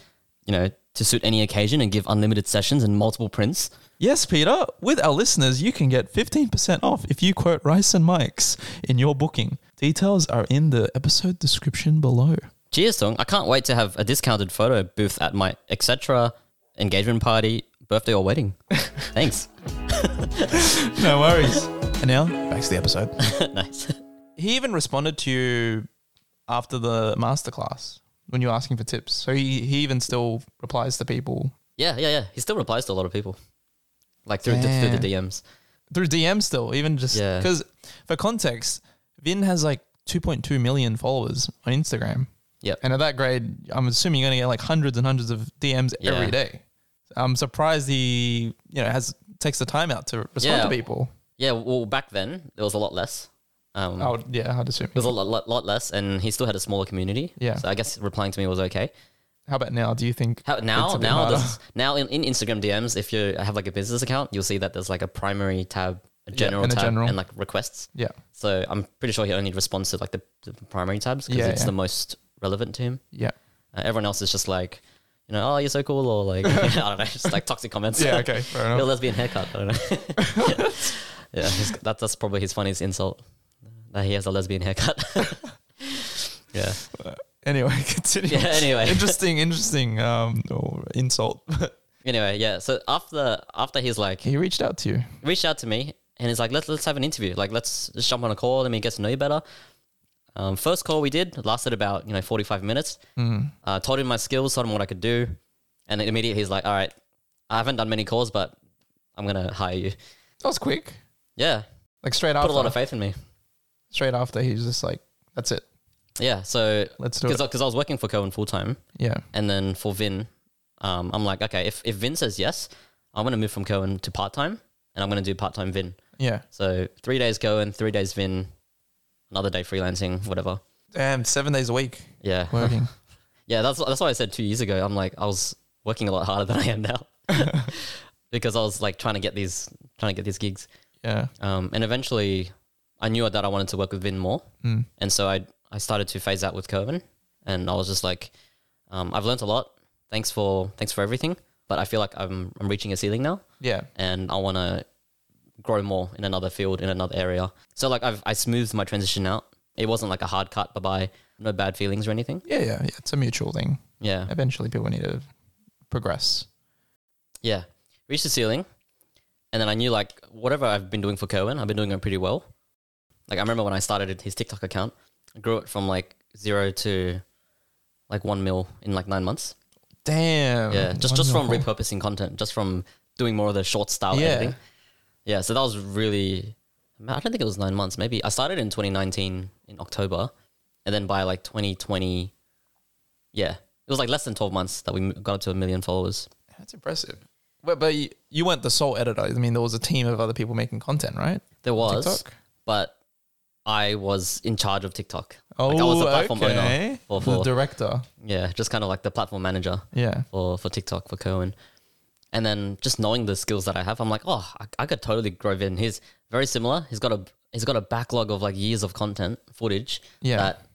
Speaker 2: you know to suit any occasion and give unlimited sessions and multiple prints?
Speaker 1: Yes, Peter, with our listeners, you can get 15% off if you quote Rice and Mike's in your booking. Details are in the episode description below.
Speaker 2: Cheers, Tong. I can't wait to have a discounted photo booth at my etc. engagement party, birthday, or wedding. Thanks.
Speaker 1: No worries. and now, back to the episode.
Speaker 2: nice.
Speaker 1: He even responded to you after the masterclass when you were asking for tips. So he, he even still replies to people
Speaker 2: Yeah, yeah, yeah. He still replies to a lot of people, like through, the, through the DMs.
Speaker 1: through DM still, even just
Speaker 2: Yeah.
Speaker 1: because for context, Vin has like 2.2 million followers on Instagram.
Speaker 2: Yep.
Speaker 1: And at that grade, I'm assuming you're going to get like hundreds and hundreds of DMs every
Speaker 2: Yeah.
Speaker 1: day. I'm surprised he, you know, has takes the time out to respond
Speaker 2: Yeah.
Speaker 1: to people.
Speaker 2: Yeah. Well, back then there was a lot less. Um,
Speaker 1: I would, yeah, I'd assume.
Speaker 2: It was a lot, lot, lot less, and he still had a smaller community.
Speaker 1: Yeah.
Speaker 2: So I guess replying to me was okay.
Speaker 1: How about now? Do you think
Speaker 2: How, now,
Speaker 1: it's a bit
Speaker 2: now,
Speaker 1: harder?
Speaker 2: there's, now in, in Instagram DMs, if you have like a business account, you'll see that there's like a primary tab, a general
Speaker 1: and a
Speaker 2: tab,
Speaker 1: general.
Speaker 2: and like requests.
Speaker 1: yeah,
Speaker 2: So I'm pretty sure he only responds to like the, the primary tabs because
Speaker 1: Yeah,
Speaker 2: it's
Speaker 1: yeah.
Speaker 2: the most relevant to him.
Speaker 1: yeah,
Speaker 2: Uh, everyone else is just like, you know, oh, you're so cool, or like, I don't know, just like toxic comments.
Speaker 1: yeah. Okay, fair
Speaker 2: Your
Speaker 1: enough.
Speaker 2: lesbian haircut. I don't know. yeah, he's- that's that's probably his funniest insult. That he has a lesbian haircut. yeah,
Speaker 1: Anyway, continue.
Speaker 2: yeah. Anyway,
Speaker 1: interesting, interesting um, or insult.
Speaker 2: anyway, yeah. So after after he's like
Speaker 1: he reached out to you.
Speaker 2: reached out to me and he's like, let's let's have an interview. Like let's just jump on a call. Let me get to know you better. Um, first call we did lasted about you know forty five minutes.
Speaker 1: Mm.
Speaker 2: Uh, told him my skills, told him what I could do, and then immediately he's like, all right, I haven't done many calls, but I'm gonna hire you.
Speaker 1: That was quick.
Speaker 2: Yeah,
Speaker 1: Like straight
Speaker 2: put
Speaker 1: after.
Speaker 2: a lot of faith in me.
Speaker 1: straight after, he's just like, "That's it.
Speaker 2: Yeah, so
Speaker 1: Let's do it."
Speaker 2: because I was working for Cohen full time,
Speaker 1: Yeah.
Speaker 2: and then for Vin, um, I'm like, okay, if if Vin says yes, I'm gonna move from Cohen to part time, and I'm gonna do part time Vin.
Speaker 1: Yeah.
Speaker 2: So three days Cohen, three days Vin, another day freelancing, whatever.
Speaker 1: Damn, seven days a week
Speaker 2: Yeah,
Speaker 1: working.
Speaker 2: yeah. That's that's why I said two years ago. I'm like, I was working a lot harder than I am now because I was like trying to get these trying to get these gigs.
Speaker 1: yeah.
Speaker 2: Um, and eventually, I knew that I wanted to work with Vin more,
Speaker 1: Mm.
Speaker 2: and so I I started to phase out with Coven, and I was just like, um, I've learnt a lot. Thanks for thanks for everything, but I feel like I'm I'm reaching a ceiling now,
Speaker 1: Yeah.
Speaker 2: and I want to grow more in another field in another area. So like I've I smoothed my transition out. It wasn't like a hard cut, bye bye, no bad feelings or anything.
Speaker 1: Yeah. Yeah. Yeah. It's a mutual thing.
Speaker 2: Yeah,
Speaker 1: Eventually, people need to progress.
Speaker 2: yeah. Reached the ceiling, and then I knew like whatever I've been doing for Cohen, I've been doing it pretty well. Like I remember when I started his TikTok account, I grew it from like zero to like one mil in like nine months.
Speaker 1: Damn.
Speaker 2: Yeah, just just from
Speaker 1: Wonderful.
Speaker 2: repurposing content, just from doing more of the short style
Speaker 1: Yeah.
Speaker 2: editing. Yeah, so that was really. I don't think it was nine months. Maybe I started in 2019 in October, and then by like 2020, yeah, it was like less than 12 months that we m- got up to a million followers.
Speaker 1: That's impressive. But, but you, you weren't the sole editor. I mean, there was a team of other people making content, right?
Speaker 2: There was,
Speaker 1: TikTok?
Speaker 2: but I was in charge of TikTok.
Speaker 1: Oh,
Speaker 2: Like, I was the platform
Speaker 1: okay.
Speaker 2: owner for,
Speaker 1: The
Speaker 2: for
Speaker 1: director.
Speaker 2: yeah, just kind of like the platform manager.
Speaker 1: Yeah.
Speaker 2: for for TikTok for Cohen. And then just knowing the skills that I have, I'm like, oh, I, I could totally grow in. He's very similar. He's got a he's got a backlog of like years of content footage
Speaker 1: Yeah.
Speaker 2: that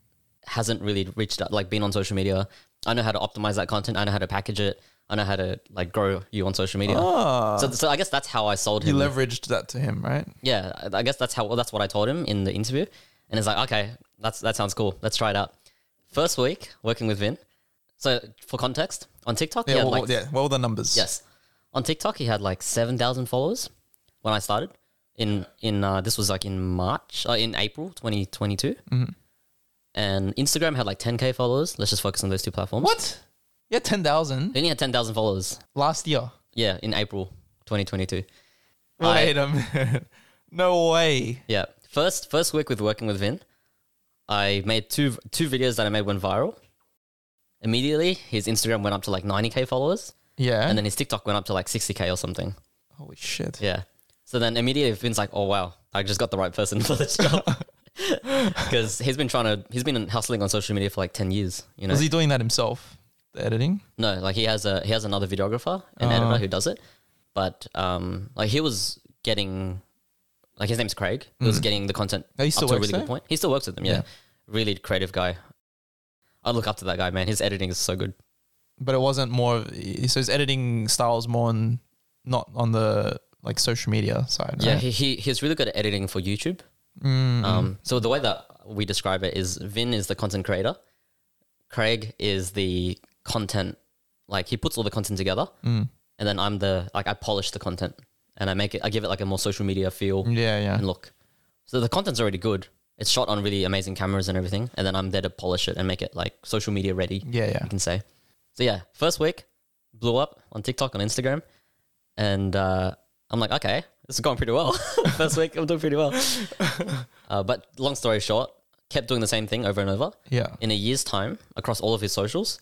Speaker 2: hasn't really reached out, like been on social media. I know how to optimize that content. I know how to package it. I know how to like grow you on social media.
Speaker 1: Ah.
Speaker 2: So, so I guess that's how I sold
Speaker 1: you
Speaker 2: him.
Speaker 1: leveraged that to him, right?
Speaker 2: yeah, I- I guess that's how well, that's what I told him in the interview. And he's like, okay, that's that sounds cool. Let's try it out. First week working with Vin. So for context, on TikTok,
Speaker 1: Yeah.
Speaker 2: he had,
Speaker 1: well,
Speaker 2: like,
Speaker 1: yeah. What were the numbers?
Speaker 2: Yes. On TikTok, he had like 7,000 followers when I started. In in uh, this was like in March, uh, in April 2022. And Instagram had like 10k followers. Let's just focus on those two platforms.
Speaker 1: What? Yeah, 10,000
Speaker 2: He only had 10,000 followers.
Speaker 1: last year.
Speaker 2: Yeah, in April 2022. I-
Speaker 1: Wait a minute. No way.
Speaker 2: Yeah. First first week with working with Vin, I made two two videos that I made went viral. Immediately, his Instagram went up to like 90k followers,
Speaker 1: Yeah.
Speaker 2: and then his TikTok went up to like 60k or something.
Speaker 1: Holy shit.
Speaker 2: Yeah. So then immediately Finn's like, oh wow, I just got the right person for this job. Because he's been trying to, he's been hustling on social media for like ten years. You know,
Speaker 1: Was he doing that himself? The editing?
Speaker 2: no, like he has a he has another videographer and
Speaker 1: Ah.
Speaker 2: editor who does it, but um, like he was getting, like his name's Craig. He was getting the content
Speaker 1: Oh, he still
Speaker 2: up to a
Speaker 1: works
Speaker 2: really
Speaker 1: there?
Speaker 2: good point. He still works with them. Yeah.
Speaker 1: Yeah.
Speaker 2: really creative guy. I look up to that guy, man. His editing is so good.
Speaker 1: But it wasn't more of, so his editing style is more on, not on the like social media side.
Speaker 2: Yeah,
Speaker 1: right?
Speaker 2: he, he he's really good at editing for YouTube.
Speaker 1: Mm.
Speaker 2: Um, so the way that we describe it is Vin is the content creator, Craig is the content, like he puts all the content together, and then I'm the like I polish the content and I make it, I give it like a more social media feel
Speaker 1: yeah, yeah.
Speaker 2: and look. So the content's already good. It's shot on really amazing cameras and everything, and then I'm there to polish it and make it like social media ready.
Speaker 1: Yeah, yeah.
Speaker 2: You can say. So yeah, first week blew up on TikTok on Instagram, and uh, I'm like, okay, this is going pretty well. first week, I'm doing pretty well. Uh, but long story short, kept doing the same thing over and over.
Speaker 1: Yeah.
Speaker 2: In a year's time, across all of his socials,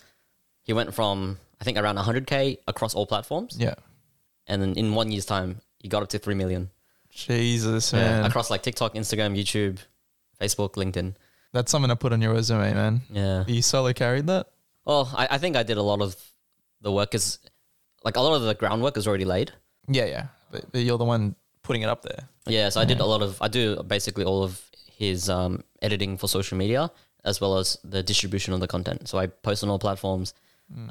Speaker 2: he went from I think around 100k across all platforms,
Speaker 1: Yeah.
Speaker 2: and then in one year's time, he got up to three million
Speaker 1: Jesus,
Speaker 2: yeah,
Speaker 1: man.
Speaker 2: across like TikTok, Instagram, YouTube, Facebook, LinkedIn.
Speaker 1: That's something to put on your resume, man.
Speaker 2: Yeah,
Speaker 1: You solo carried that?
Speaker 2: Well, I, I think I did a lot of the work is like a lot of the groundwork is already laid.
Speaker 1: Yeah, yeah. But, but you're the one putting it up there.
Speaker 2: Yeah, so I did a lot of I do basically all of his um, editing for social media as well as the distribution of the content. So I post on all platforms,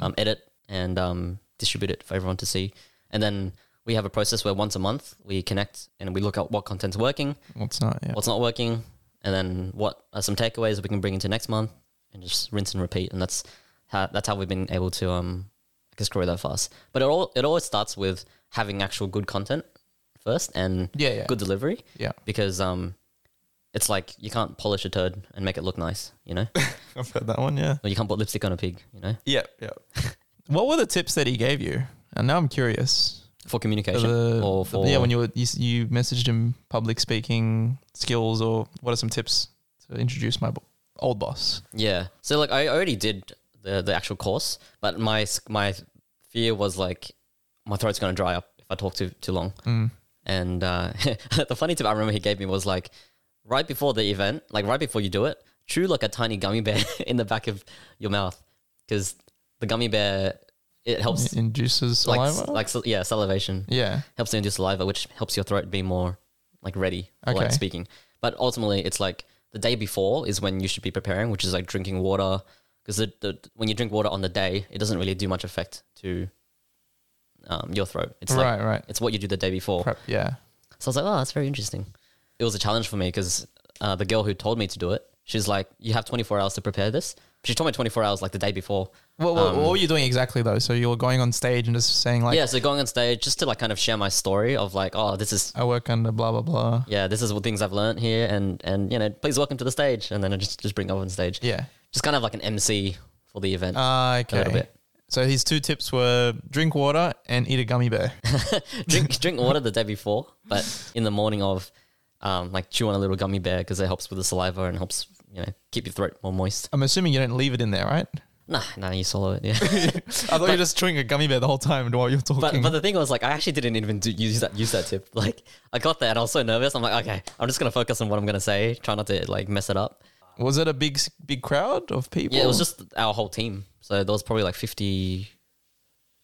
Speaker 2: um, edit and um, distribute it for everyone to see, and then we have a process where once a month we connect and we look at what content's working,
Speaker 1: What's not? Yeah.
Speaker 2: what's not working, and then what are some takeaways we can bring into next month, and just rinse and repeat. And that's how that's how we've been able to um, I guess grow that fast. But it all it always starts with having actual good content first and
Speaker 1: yeah, yeah.
Speaker 2: good delivery
Speaker 1: Yeah.
Speaker 2: because um, it's like you can't polish a turd and make it look nice, you know.
Speaker 1: I've heard that one. Yeah.
Speaker 2: or you can't put lipstick on a pig, you know,
Speaker 1: Yeah. Yeah. what were the tips that he gave you? And now I'm curious.
Speaker 2: for
Speaker 1: For
Speaker 2: communication
Speaker 1: Uh, the-
Speaker 2: or for
Speaker 1: yeah, when you were you, s- you messaged him public speaking skills or what are some tips to introduce my bo- old boss?
Speaker 2: Yeah. So like I already did the the actual course, but my s- my fear was like my throat's gonna dry up if I talk too too long.
Speaker 1: Mm.
Speaker 2: And uh, the funny tip I remember he gave me was like right before the event, like right before you do it, chew like a tiny gummy bear in the back of your mouth because the gummy bear it helps
Speaker 1: Induces
Speaker 2: like
Speaker 1: saliva.
Speaker 2: like sal- yeah salivation
Speaker 1: yeah,
Speaker 2: helps to induce saliva, which helps your throat be more like ready for
Speaker 1: Okay.
Speaker 2: like speaking. But ultimately, it's like the day before is when you should be preparing, which is like drinking water, because the, the, when you drink water on the day, it doesn't really do much effect to um, your throat. It's like
Speaker 1: right, right.
Speaker 2: it's what you do the day before.
Speaker 1: Prep. Yeah,
Speaker 2: So I was like, oh, that's very interesting. It was a challenge for me because uh, the girl who told me to do it, she's like, you have 24 hours to prepare this. She told me 24 hours like the day before.
Speaker 1: Well, well,
Speaker 2: Um,
Speaker 1: what were you doing exactly though? So you were going on stage and just saying like,
Speaker 2: yeah, so going on stage just to like kind of share my story of like, oh, this is
Speaker 1: "I work under blah blah blah."
Speaker 2: yeah, this is what things I've learned here, and and you know, please welcome to the stage, and then I just just bring up on stage,
Speaker 1: Yeah.
Speaker 2: just kind of like an MC for the event.
Speaker 1: Uh,
Speaker 2: A
Speaker 1: okay.
Speaker 2: little bit.
Speaker 1: So his two tips were drink water and eat a gummy bear.
Speaker 2: drink drink water the day before, but in the morning of, um, like chew on a little gummy bear because it helps with the saliva and helps you know keep your throat more moist.
Speaker 1: I'm assuming you don't leave it in there, right?
Speaker 2: Nah, nah, you swallow it. Yeah,
Speaker 1: I thought you were just chewing a gummy bear the whole time while you're
Speaker 2: but
Speaker 1: talking.
Speaker 2: but the thing was like I actually didn't even do, use that use that tip. Like I got there and I was so nervous. I'm like, okay, I'm just gonna focus on what I'm gonna say, try not to like mess it up.
Speaker 1: was it a big s- big crowd of people?
Speaker 2: Yeah, it was just our whole team. So there was probably like 50,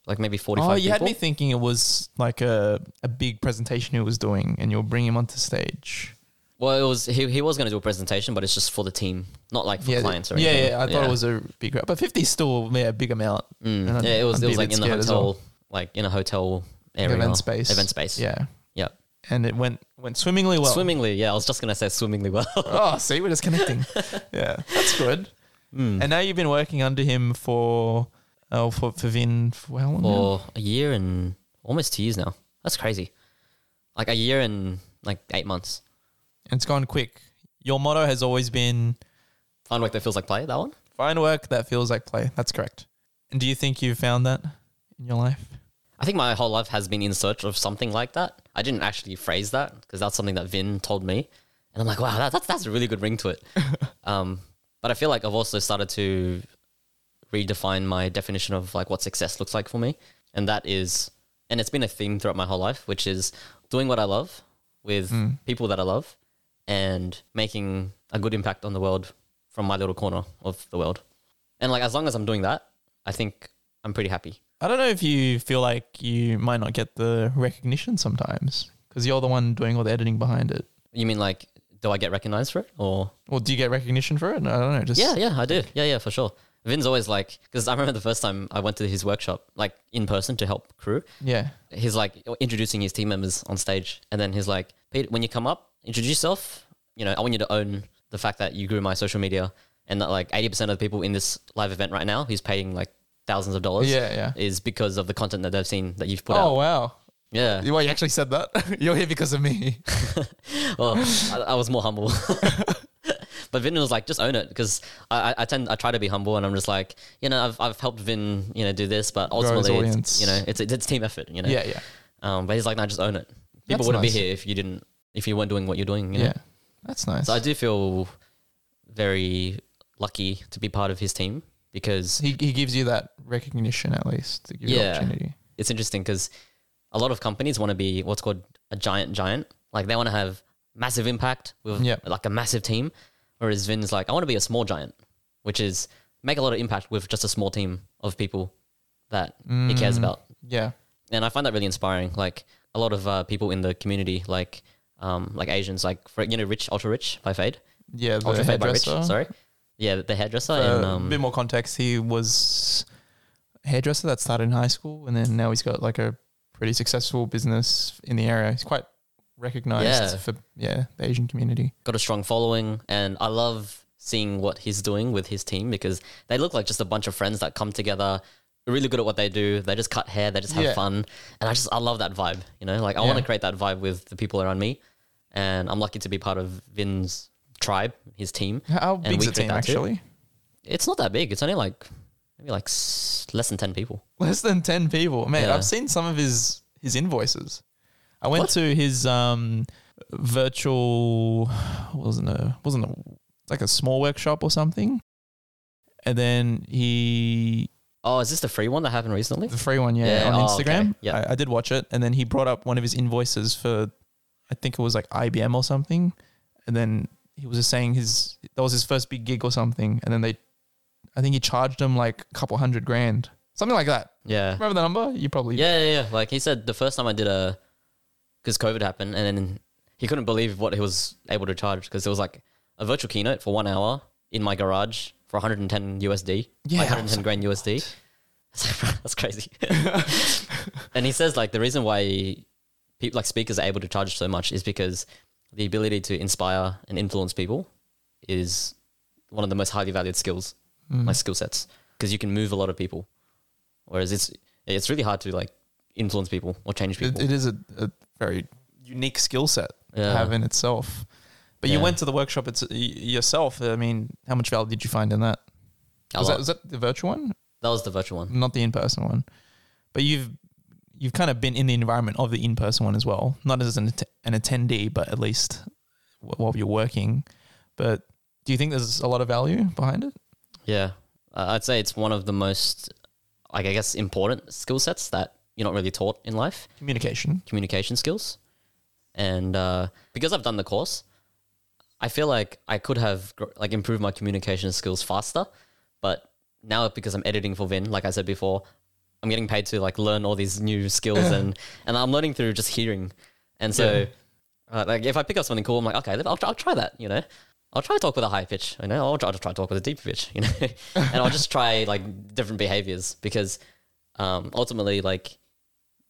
Speaker 2: like maybe 45
Speaker 1: Oh, you had
Speaker 2: people.
Speaker 1: me thinking it was like a, a big presentation he was doing, and you'll bring him onto stage.
Speaker 2: Well, it was he, he was going to do a presentation, but it's just for the team, not like for
Speaker 1: Yeah,
Speaker 2: clients or
Speaker 1: yeah,
Speaker 2: anything.
Speaker 1: yeah. I thought it was a big crowd, but fifty is still yeah, a big amount.
Speaker 2: Mm.
Speaker 1: And I'd-
Speaker 2: yeah, it was
Speaker 1: I'd be
Speaker 2: it was
Speaker 1: a
Speaker 2: like
Speaker 1: bit
Speaker 2: in the
Speaker 1: scared as
Speaker 2: hotel,
Speaker 1: well.
Speaker 2: like in a hotel area,
Speaker 1: event space,
Speaker 2: event space. Yeah,
Speaker 1: Yeah,
Speaker 2: yeah.
Speaker 1: and it went went swimmingly well.
Speaker 2: Swimmingly, yeah. I was just gonna say swimmingly well.
Speaker 1: Oh, see, we're just connecting. yeah, that's good. And now you've been working under him for oh for for Vin for how long? now?
Speaker 2: for a year and almost two years now. That's crazy. Like a year and like eight months.
Speaker 1: And it's gone quick. Your motto has always been
Speaker 2: Find work that feels like play. That one.
Speaker 1: find work that feels like play. That's correct. And do you think you've found that in your life?
Speaker 2: I think my whole life has been in search of something like that. I didn't actually phrase that because that's something that Vin told me, and I'm like, wow, that, that's that's a really good ring to it. um, but I feel like I've also started to redefine my definition of like what success looks like for me, and that is, and it's been a theme throughout my whole life, which is doing what I love with people that I love, and making a good impact on the world from my little corner of the world. And like as long as I'm doing that, I think I'm pretty happy.
Speaker 1: I don't know if you feel like you might not get the recognition sometimes because you're the one doing all the editing behind it.
Speaker 2: You mean like, do I get recognized for it? Or
Speaker 1: Well, do you get recognition for it? No, I don't know. Just
Speaker 2: yeah, yeah, I do. Yeah, yeah, for sure. Vin's always like, because I remember the first time I went to his workshop, like in person to help crew.
Speaker 1: yeah.
Speaker 2: He's like introducing his team members on stage, and then he's like, Pete, when you come up, introduce yourself. You know, I want you to own the fact that you grew my social media, and that like eighty percent of the people in this live event right now, who's paying like thousands of dollars,
Speaker 1: Yeah, yeah.
Speaker 2: is because of the content that they've seen that you've put
Speaker 1: Oh
Speaker 2: out.
Speaker 1: wow!
Speaker 2: Yeah,
Speaker 1: Well, you actually said that. you're here because of me.
Speaker 2: well, I, I was more humble. but Vin was like, just own it because I, I- I tend I try to be humble and I'm just like, you know, I've, I've helped Vin, you know, do this,
Speaker 1: his
Speaker 2: but ultimately,
Speaker 1: audience.
Speaker 2: it's, you know, it's it's team effort, you know.
Speaker 1: yeah, yeah,
Speaker 2: Um, but he's like, no, just own it. People
Speaker 1: That's
Speaker 2: wouldn't
Speaker 1: nice.
Speaker 2: be here if you didn't if you weren't doing what you're doing. You know?
Speaker 1: yeah. That's nice.
Speaker 2: So I do feel very lucky to be part of his team because
Speaker 1: he he gives you that recognition at least to give you
Speaker 2: Yeah.
Speaker 1: opportunity.
Speaker 2: it's interesting because a lot of companies want to be what's called a giant giant. Like they want to have massive impact with
Speaker 1: Yeah.
Speaker 2: like a massive team, whereas Vin's like, I want to be a small giant, which is make a lot of impact with just a small team of people that he
Speaker 1: Mm.
Speaker 2: cares about.
Speaker 1: Yeah.
Speaker 2: and I find that really inspiring. Like a lot of uh, people in the community, like um, like Asians, like for, you know, rich, ultra rich by Fade,
Speaker 1: Yeah. The
Speaker 2: ultra Fade by Rich.
Speaker 1: hairdresser.
Speaker 2: Sorry, yeah, the hairdresser.
Speaker 1: Uh,
Speaker 2: and,
Speaker 1: a
Speaker 2: um,
Speaker 1: bit more context. He was a hairdresser that started in high school, and then now he's got like a pretty successful business in the area. He's quite recognized
Speaker 2: Yeah.
Speaker 1: for yeah the Asian community.
Speaker 2: got a strong following, and I love seeing what he's doing with his team because they look like just a bunch of friends that come together. they're Really good at what they do. They just cut hair. They just have
Speaker 1: Yeah.
Speaker 2: fun, and I just I love that vibe. You know, like I want
Speaker 1: Yeah.
Speaker 2: to create that vibe with the people around me, and I'm lucky to be part of Vin's tribe, his team.
Speaker 1: How
Speaker 2: And
Speaker 1: big's the
Speaker 2: we took
Speaker 1: team
Speaker 2: that too.
Speaker 1: actually?
Speaker 2: It's not that big. It's only like maybe like s- less than ten people.
Speaker 1: Less than ten people. Man,
Speaker 2: Yeah.
Speaker 1: I've seen some of his his invoices. I went to his um virtual wasn't a wasn't a like a small workshop or something. And then he
Speaker 2: Oh, is this the free one that happened recently?
Speaker 1: the free one, yeah,
Speaker 2: Yeah,
Speaker 1: on
Speaker 2: oh, okay.
Speaker 1: Instagram.
Speaker 2: Yeah.
Speaker 1: I, I did watch it, and then he brought up one of his invoices for, I think it was like IBM or something, and then he was just saying his that was his first big gig or something, and then they, I think he charged him like a couple hundred grand, something like that.
Speaker 2: Yeah.
Speaker 1: Remember the number? You probably
Speaker 2: yeah, yeah, yeah. Like he said, the first time I did a, because COVID happened, and then he couldn't believe what he was able to charge because it was like a virtual keynote for one hour in my garage for 110 USD,
Speaker 1: Yeah,
Speaker 2: like
Speaker 1: I was
Speaker 2: 110 grand USD. It's like, bro, That's crazy. and he says like the reason why people like speakers are able to charge so much is because the ability to inspire and influence people is one of the most highly valued skills,
Speaker 1: Mm.
Speaker 2: like skill sets, because you can move a lot of people. Whereas it's it's really hard to like influence people or change
Speaker 1: it,
Speaker 2: people.
Speaker 1: it is a, a very unique skill set to
Speaker 2: Yeah.
Speaker 1: have in itself. But you
Speaker 2: Yeah.
Speaker 1: went to the workshop it's, y- yourself. I mean, how much value did you find in that?
Speaker 2: A
Speaker 1: Was that,
Speaker 2: lot.
Speaker 1: was that the virtual one?
Speaker 2: that was the virtual one.
Speaker 1: not the in person one, but you've you've kind of been in the environment of the in person one as well, not as an att- an attendee, but at least wh- while you're working. But do you think there's a lot of value behind it?
Speaker 2: Yeah, uh, I'd say it's one of the most like I guess important skill sets that you're not really taught in life.
Speaker 1: Communication.
Speaker 2: communication skills. And uh, because I've done the course, I feel like I could have gr- like improved my communication skills faster. But now because I'm editing for Vin, like I said before, I'm getting paid to like learn all these new skills and and I'm learning through just hearing. And so, uh, like if I pick up something cool, I'm like, okay, I'll, try- I'll try that. You know, I'll try to talk with a high pitch. You know, I'll try, I'll try to talk with a deep pitch. You know, and I'll just try like different behaviors because um, ultimately, like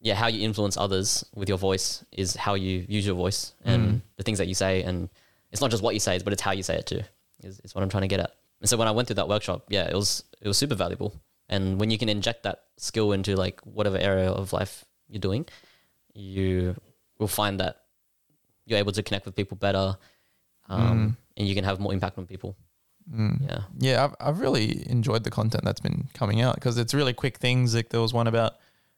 Speaker 2: yeah, how you influence others with your voice is how you use your voice
Speaker 1: Hmm.
Speaker 2: and the things that you say. And it's not just what you say, but it's how you say it too, is, is what I'm trying to get at. And so when I went through that workshop, yeah, it was it was super valuable. And when you can inject that skill into like whatever area of life you're doing, you will find that you're able to connect with people better,
Speaker 1: Hmm.
Speaker 2: um, and you can have more impact on people. Yeah,
Speaker 1: Mm. Yeah, I've, I've really enjoyed the content that's been coming out because it's really quick things. Like there was one about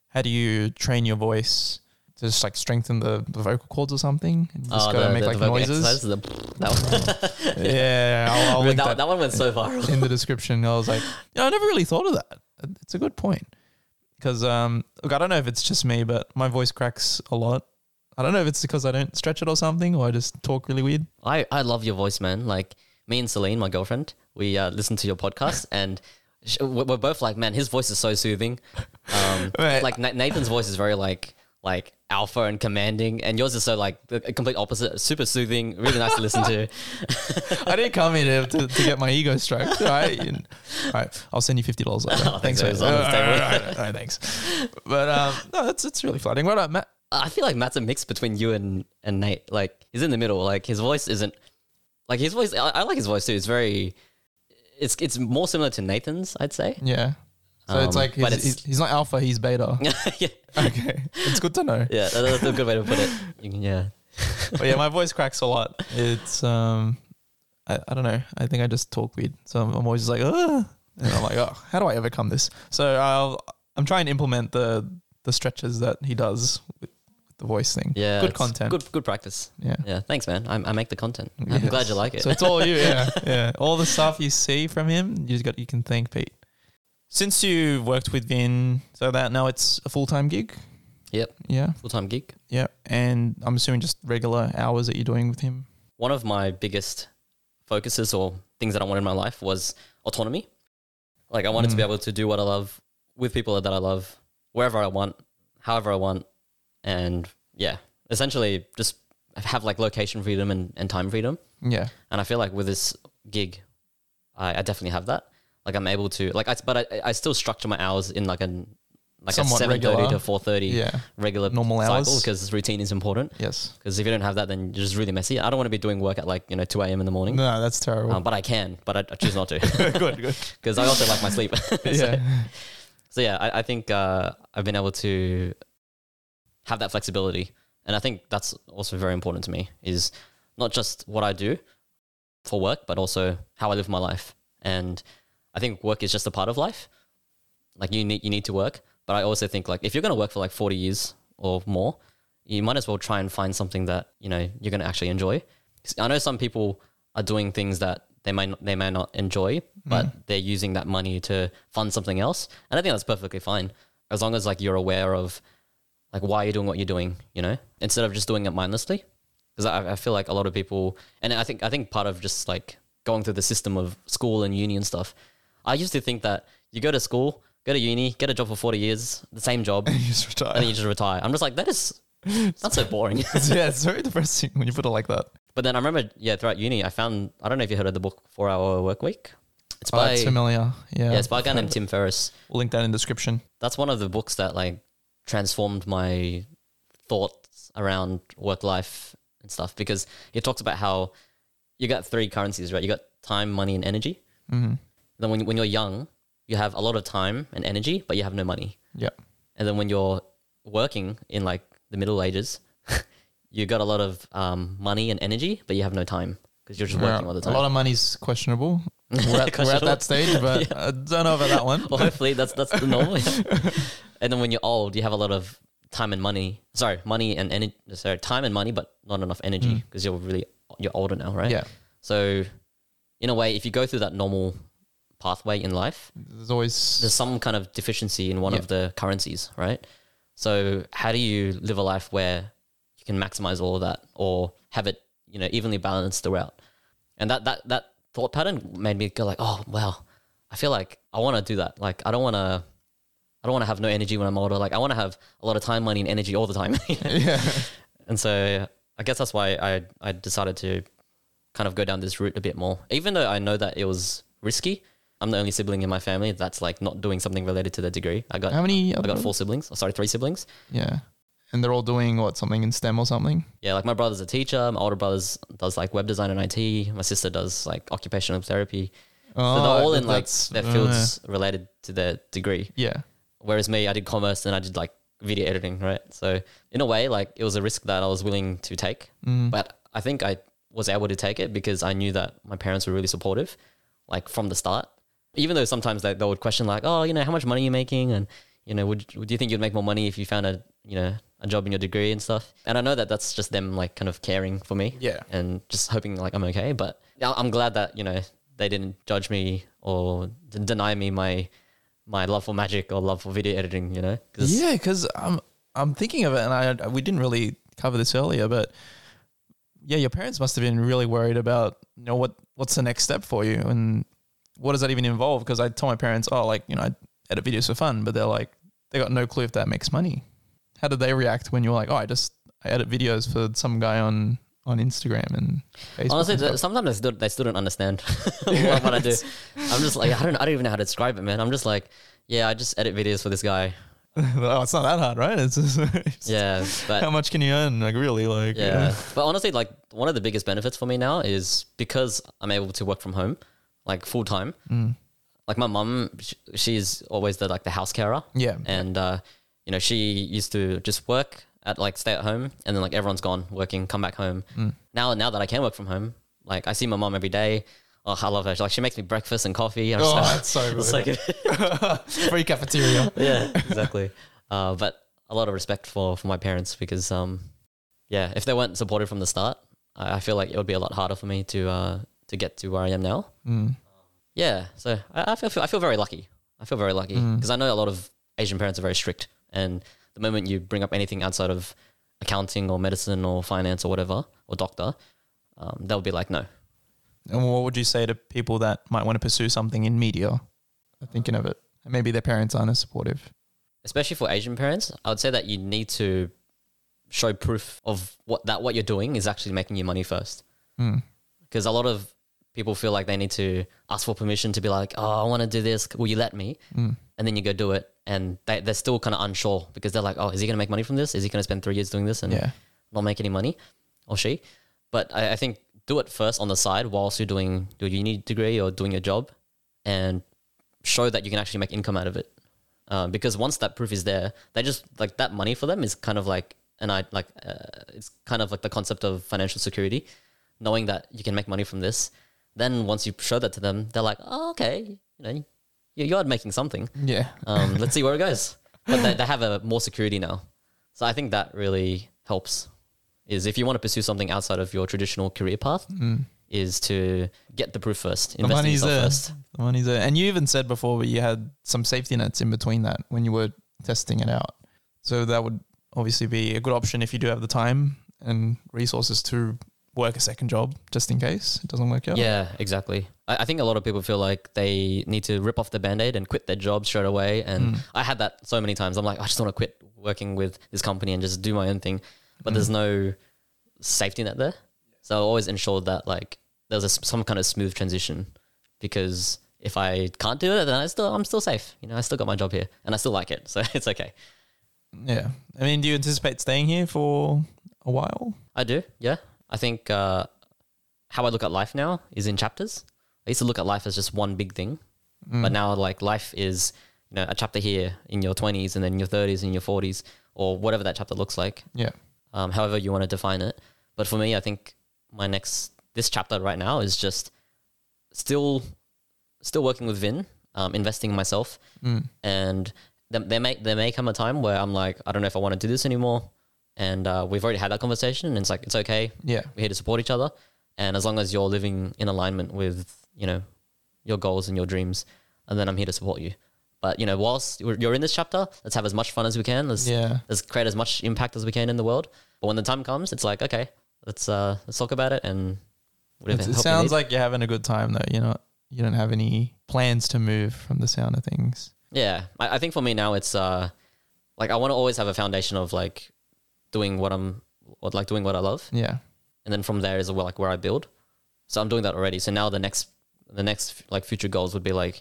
Speaker 1: how do you train your voice to just like strengthen the, the vocal cords or something, and you just
Speaker 2: Oh,
Speaker 1: gotta
Speaker 2: the-
Speaker 1: make
Speaker 2: the-
Speaker 1: like
Speaker 2: the vocal
Speaker 1: noises.
Speaker 2: exercises, the- that one-
Speaker 1: Yeah, I'll, I'll
Speaker 2: that,
Speaker 1: link that,
Speaker 2: that one went so viral.
Speaker 1: in the description. I was like, you know, I never really thought of that. It's a good point. Because, um, look, I don't know if it's just me, but my voice cracks a lot. I don't know if it's because I don't stretch it or something, or I just talk really weird.
Speaker 2: I, I love your voice, man. Like me and Celine, my girlfriend, we uh, listen to your podcast and sh- we're we're both like, man, his voice is so soothing. Um,
Speaker 1: Right.
Speaker 2: Like Na- Nathan's voice is very like like alpha and commanding, and yours is so like the complete opposite, super soothing, really nice to listen to.
Speaker 1: I didn't come here to, to, to get my ego stroked. All right, You- all right. I'll send you fifty dollars later. thanks,
Speaker 2: Oh, thanks,
Speaker 1: mate.
Speaker 2: mate.
Speaker 1: All right, all right, all right, all right, thanks. But um, no, it's it's really flattering. What up, Matt?
Speaker 2: I feel like Matt's a mix between you and, and Nate. Like he's in the middle. Like his voice isn't like his voice. I, I like his voice too. It's very. It's it's more similar to Nathan's, I'd say.
Speaker 1: Yeah. So it's
Speaker 2: Um,
Speaker 1: like he's,
Speaker 2: but it's-
Speaker 1: he's, he's not alpha, he's beta.
Speaker 2: yeah,
Speaker 1: okay, it's good to know.
Speaker 2: yeah, that- that's a good way to put it. You can- Yeah.
Speaker 1: but yeah, my voice cracks a lot. It's um, I, I don't know. I think I just talk weird, so I'm, I'm always just like, Ugh. and I'm like, oh, how do I overcome this? So I'll I'm trying to implement the the stretches that he does with, with the voice thing.
Speaker 2: Yeah,
Speaker 1: good
Speaker 2: it's
Speaker 1: content.
Speaker 2: Good, good practice.
Speaker 1: Yeah.
Speaker 2: Yeah, thanks, man. I, I make the content. I'm
Speaker 1: Yes.
Speaker 2: glad you like it.
Speaker 1: So it's all you. Yeah, yeah. All the stuff you see from him, you just got you can thank Pete. Since you worked with Vin, so that now it's a full time gig.
Speaker 2: Yep.
Speaker 1: Yeah,
Speaker 2: Full time gig.
Speaker 1: yeah. And I'm assuming just regular hours that you're doing with him.
Speaker 2: One of my biggest focuses or things that I wanted in my life was autonomy. Like I wanted
Speaker 1: Mm.
Speaker 2: to be able to do what I love with people that I love, wherever I want, however I want, and yeah, essentially just have like location freedom and, and time freedom.
Speaker 1: Yeah.
Speaker 2: And I feel like with this gig, I, I definitely have that. Like I'm able to like I but I, I still structure my hours in like an like
Speaker 1: Somewhat
Speaker 2: a seven thirty
Speaker 1: regular.
Speaker 2: to four thirty
Speaker 1: Yeah.
Speaker 2: regular
Speaker 1: Normal
Speaker 2: cycle
Speaker 1: hours.
Speaker 2: because routine is important.
Speaker 1: Yes.
Speaker 2: Because if you don't have that, then you're just really messy. I don't want to be doing work at like you know two a.m. in the morning,
Speaker 1: No, that's terrible.
Speaker 2: um, but I can. But I, I choose not to
Speaker 1: good, good.
Speaker 2: because I also like my sleep. so,
Speaker 1: Yeah.
Speaker 2: so yeah, I, I think uh, I've been able to have that flexibility, and I think that's also very important to me. Is not just what I do for work, but also how I live my life. And I think work is just a part of life. Like you need you need to work, but I also think like if you're going to work for like 40 years or more, you might as well try and find something that you know you're going to actually enjoy. I know some people are doing things that they may not, they may not enjoy, but they're using that money to fund something else, and I think that's perfectly fine as long as like you're aware of like why you're doing what you're doing, you know, instead of just doing it mindlessly. Because I, I feel like a lot of people, and I think I think part of just like going through the system of school and uni and stuff, I used to think that you go to school, go to uni, get a job for forty years, the same job, and
Speaker 1: You just retire.
Speaker 2: then you just retire. I'm just like that is that's so boring.
Speaker 1: yeah, it's very depressing when you put it like that.
Speaker 2: but then I remember, yeah, throughout uni, I found I don't know if you heard of the book Four Hour Work Week. It's
Speaker 1: Oh,
Speaker 2: by
Speaker 1: it's familiar. Yeah.
Speaker 2: yeah, it's by a guy named Tim Ferriss.
Speaker 1: We'll link that in description.
Speaker 2: that's one of the books that like transformed my thoughts around work life and stuff because it talks about how you got three currencies right you got time money and energy
Speaker 1: Mhm.
Speaker 2: then when, when you're young you have a lot of time and energy but you have no money
Speaker 1: Yeah.
Speaker 2: and then when you're working in like the middle ages you got a lot of um, money and energy but you have no time because you're just working all the
Speaker 1: A
Speaker 2: time
Speaker 1: lot of money's questionable. We're at, we're at
Speaker 2: Questionable.
Speaker 1: that stage, but I don't know about that one.
Speaker 2: well, hopefully that's that's the norm. and then when you're old, you have a lot of time and money. Sorry, money and energy. Sorry, time and money, but not enough energy because you're really you're older now, right?
Speaker 1: Mm. Yeah.
Speaker 2: So, in a way, if you go through that normal pathway in life,
Speaker 1: There's always
Speaker 2: there's some kind of deficiency in one
Speaker 1: Yeah.
Speaker 2: of the currencies, right? So, how do you live a life where you can maximize all of that or have it, you know, evenly balanced throughout? And that that that thought pattern made me go like, oh wow, I feel like I want to do that. Like, I don't want to. I don't want to have no energy when I'm older. Like I want to have a lot of time, money, and energy all the time.
Speaker 1: yeah.
Speaker 2: And so I guess that's why I, I decided to kind of go down this route a bit more. Even though I know that it was risky, I'm the only sibling in my family that's like not doing something related to their degree. I got
Speaker 1: How many?
Speaker 2: I got
Speaker 1: other-
Speaker 2: four siblings. Oh, sorry, three siblings.
Speaker 1: Yeah. And they're all doing what something in STEM or something.
Speaker 2: Yeah, like my brother's a teacher. My older brother's does like web design and IT. My sister does like occupational therapy. So
Speaker 1: Oh,
Speaker 2: they're all in like
Speaker 1: that's-
Speaker 2: their
Speaker 1: uh,
Speaker 2: fields related to their degree.
Speaker 1: yeah.
Speaker 2: Whereas me, I did commerce and I did like video editing, right? So in a way, like it was a risk that I was willing to take. But I think I was able to take it because I knew that my parents were really supportive, like from the start. Even though sometimes they, they would question like, oh, you know, how much money are you making? And, you know, would, would you think you'd make more money if you found a, you know, a job in your degree and stuff? And I know that that's just them like kind of caring for me
Speaker 1: Yeah.
Speaker 2: and just hoping like I'm okay. But I- I'm glad that you know they didn't judge me or d- deny me my my love for magic or love for video editing. You know, 'Cause
Speaker 1: Yeah, because I'm I'm thinking of it, and I we didn't really cover this earlier, but yeah, your parents must have been really worried about you know what what's the next step for you, and what does that even involve? Because I told my parents, oh, like you know, I edit videos for fun, but they're like they got no clue if that makes money. How did they react when you were like, oh, I just I edit videos for some guy on on Instagram and Facebook?
Speaker 2: honestly,
Speaker 1: and
Speaker 2: th-
Speaker 1: stuff?"
Speaker 2: sometimes they still, they still don't understand what, what I do. I'm just like I don't I don't even know how to describe it, man. I'm just like yeah, I just edit videos for this guy.
Speaker 1: oh, it's not that hard, right? It's just,
Speaker 2: Yeah, but
Speaker 1: how much can you earn? Like really, like
Speaker 2: Yeah. But honestly, like one of the biggest benefits for me now is because I'm able to work from home, like full time.
Speaker 1: Mm.
Speaker 2: Like my mum, sh- she's always the like the house carer.
Speaker 1: Yeah.
Speaker 2: And uh, you know, she used to just work at like stay at home, and then like everyone's gone working, come back home.
Speaker 1: Mm.
Speaker 2: Now, now that I can work from home, like I see my mum every day. Oh, I love her. She, like she makes me breakfast and coffee. I'm just
Speaker 1: Oh,
Speaker 2: like-
Speaker 1: that's so
Speaker 2: it's
Speaker 1: good.
Speaker 2: like-
Speaker 1: free cafeteria.
Speaker 2: yeah, exactly. Uh, but a lot of respect for for my parents because um, yeah, if they weren't supported from the start, I, I feel like it would be a lot harder for me to uh to get to where I am now.
Speaker 1: Mm.
Speaker 2: Yeah, so I, I feel feel- I feel very lucky. I feel very lucky because I know a lot of Asian parents are very strict, and the moment you bring up anything outside of accounting or medicine or finance or whatever or doctor, um, they'll be like, no,
Speaker 1: And what would you say to people that might want to pursue something in media? are thinking of it. And maybe their parents aren't as supportive.
Speaker 2: especially for Asian parents, I would say that you need to show proof of what that what you're doing is actually making you money first.
Speaker 1: Mm.
Speaker 2: Because a lot of people feel like they need to ask for permission to be like, oh, I want to do this. Will you let me?
Speaker 1: Mm.
Speaker 2: And then you go do it, and they they're still kind of unsure because they're like, oh, is he gonna make money from this? Is he gonna spend three years doing this and
Speaker 1: Yeah.
Speaker 2: not make any money, or she? But I, I think do it first on the side whilst you're doing your uni degree or doing your job, and show that you can actually make income out of it. Um, because once that proof is there, they just like that money for them is kind of like and I like uh, it's kind of like the concept of financial security, knowing that you can make money from this. Then once you show that to them, they're like, oh, okay, you know, you, you are making something.
Speaker 1: Yeah.
Speaker 2: Um, let's see where it goes. But they, they have a more security now, so I think that really helps. Is if you want to pursue something outside of your traditional career path,
Speaker 1: Mm.
Speaker 2: is to get the proof first, invest in
Speaker 1: money's
Speaker 2: yourself
Speaker 1: there.
Speaker 2: first.
Speaker 1: The money's there. And you even said before that you had some safety nets in between that when you were testing it out. So that would obviously be a good option if you do have the time and resources to work a second job just in case it doesn't work out.
Speaker 2: Yeah, exactly. I, I think a lot of people feel like they need to rip off the band aid and quit their job straight away. And I had that so many times. I'm like, I just want to quit working with this company and just do my own thing. But there's no safety net there. So I always ensured that like there's a, s- some kind of smooth transition because if I can't do it, then I still I'm still safe. You know, I still got my job here and I still like it, so it's okay.
Speaker 1: Yeah. I mean, do you anticipate staying here for a while?
Speaker 2: I do, yeah. I think uh, how I look at life now is in chapters. I used to look at life as just one big thing, but now like life is you know a chapter here in your twenties and then your thirties and your forties or whatever that chapter looks like,
Speaker 1: Yeah.
Speaker 2: um, however you want to define it. But for me, I think my next this chapter right now is just still still working with Vin, um, investing in myself, and there, there may there may come a time where I'm like I don't know if I want to do this anymore. And uh, we've already had that conversation, and it's like it's okay
Speaker 1: Yeah.
Speaker 2: we're here to support each other and as long as you're living in alignment with you know your goals and your dreams and then i'm here to support you but you know whilst you're you're in this chapter let's have as much fun as we can let's
Speaker 1: Yeah.
Speaker 2: let's create as much impact as we can in the world but when the time comes it's like okay let's uh let's talk about it and whatever
Speaker 1: It's- it
Speaker 2: help we
Speaker 1: sounds
Speaker 2: need.
Speaker 1: like you're having a good time though. You're not. You don't have any plans to move from the sound of things.
Speaker 2: yeah I, I think for me now it's uh like i want to always have a foundation of like doing what i'm or like doing what i love
Speaker 1: Yeah.
Speaker 2: and then from there is where, like where I build. So I'm doing that already. So now the next the next like future goals would be like,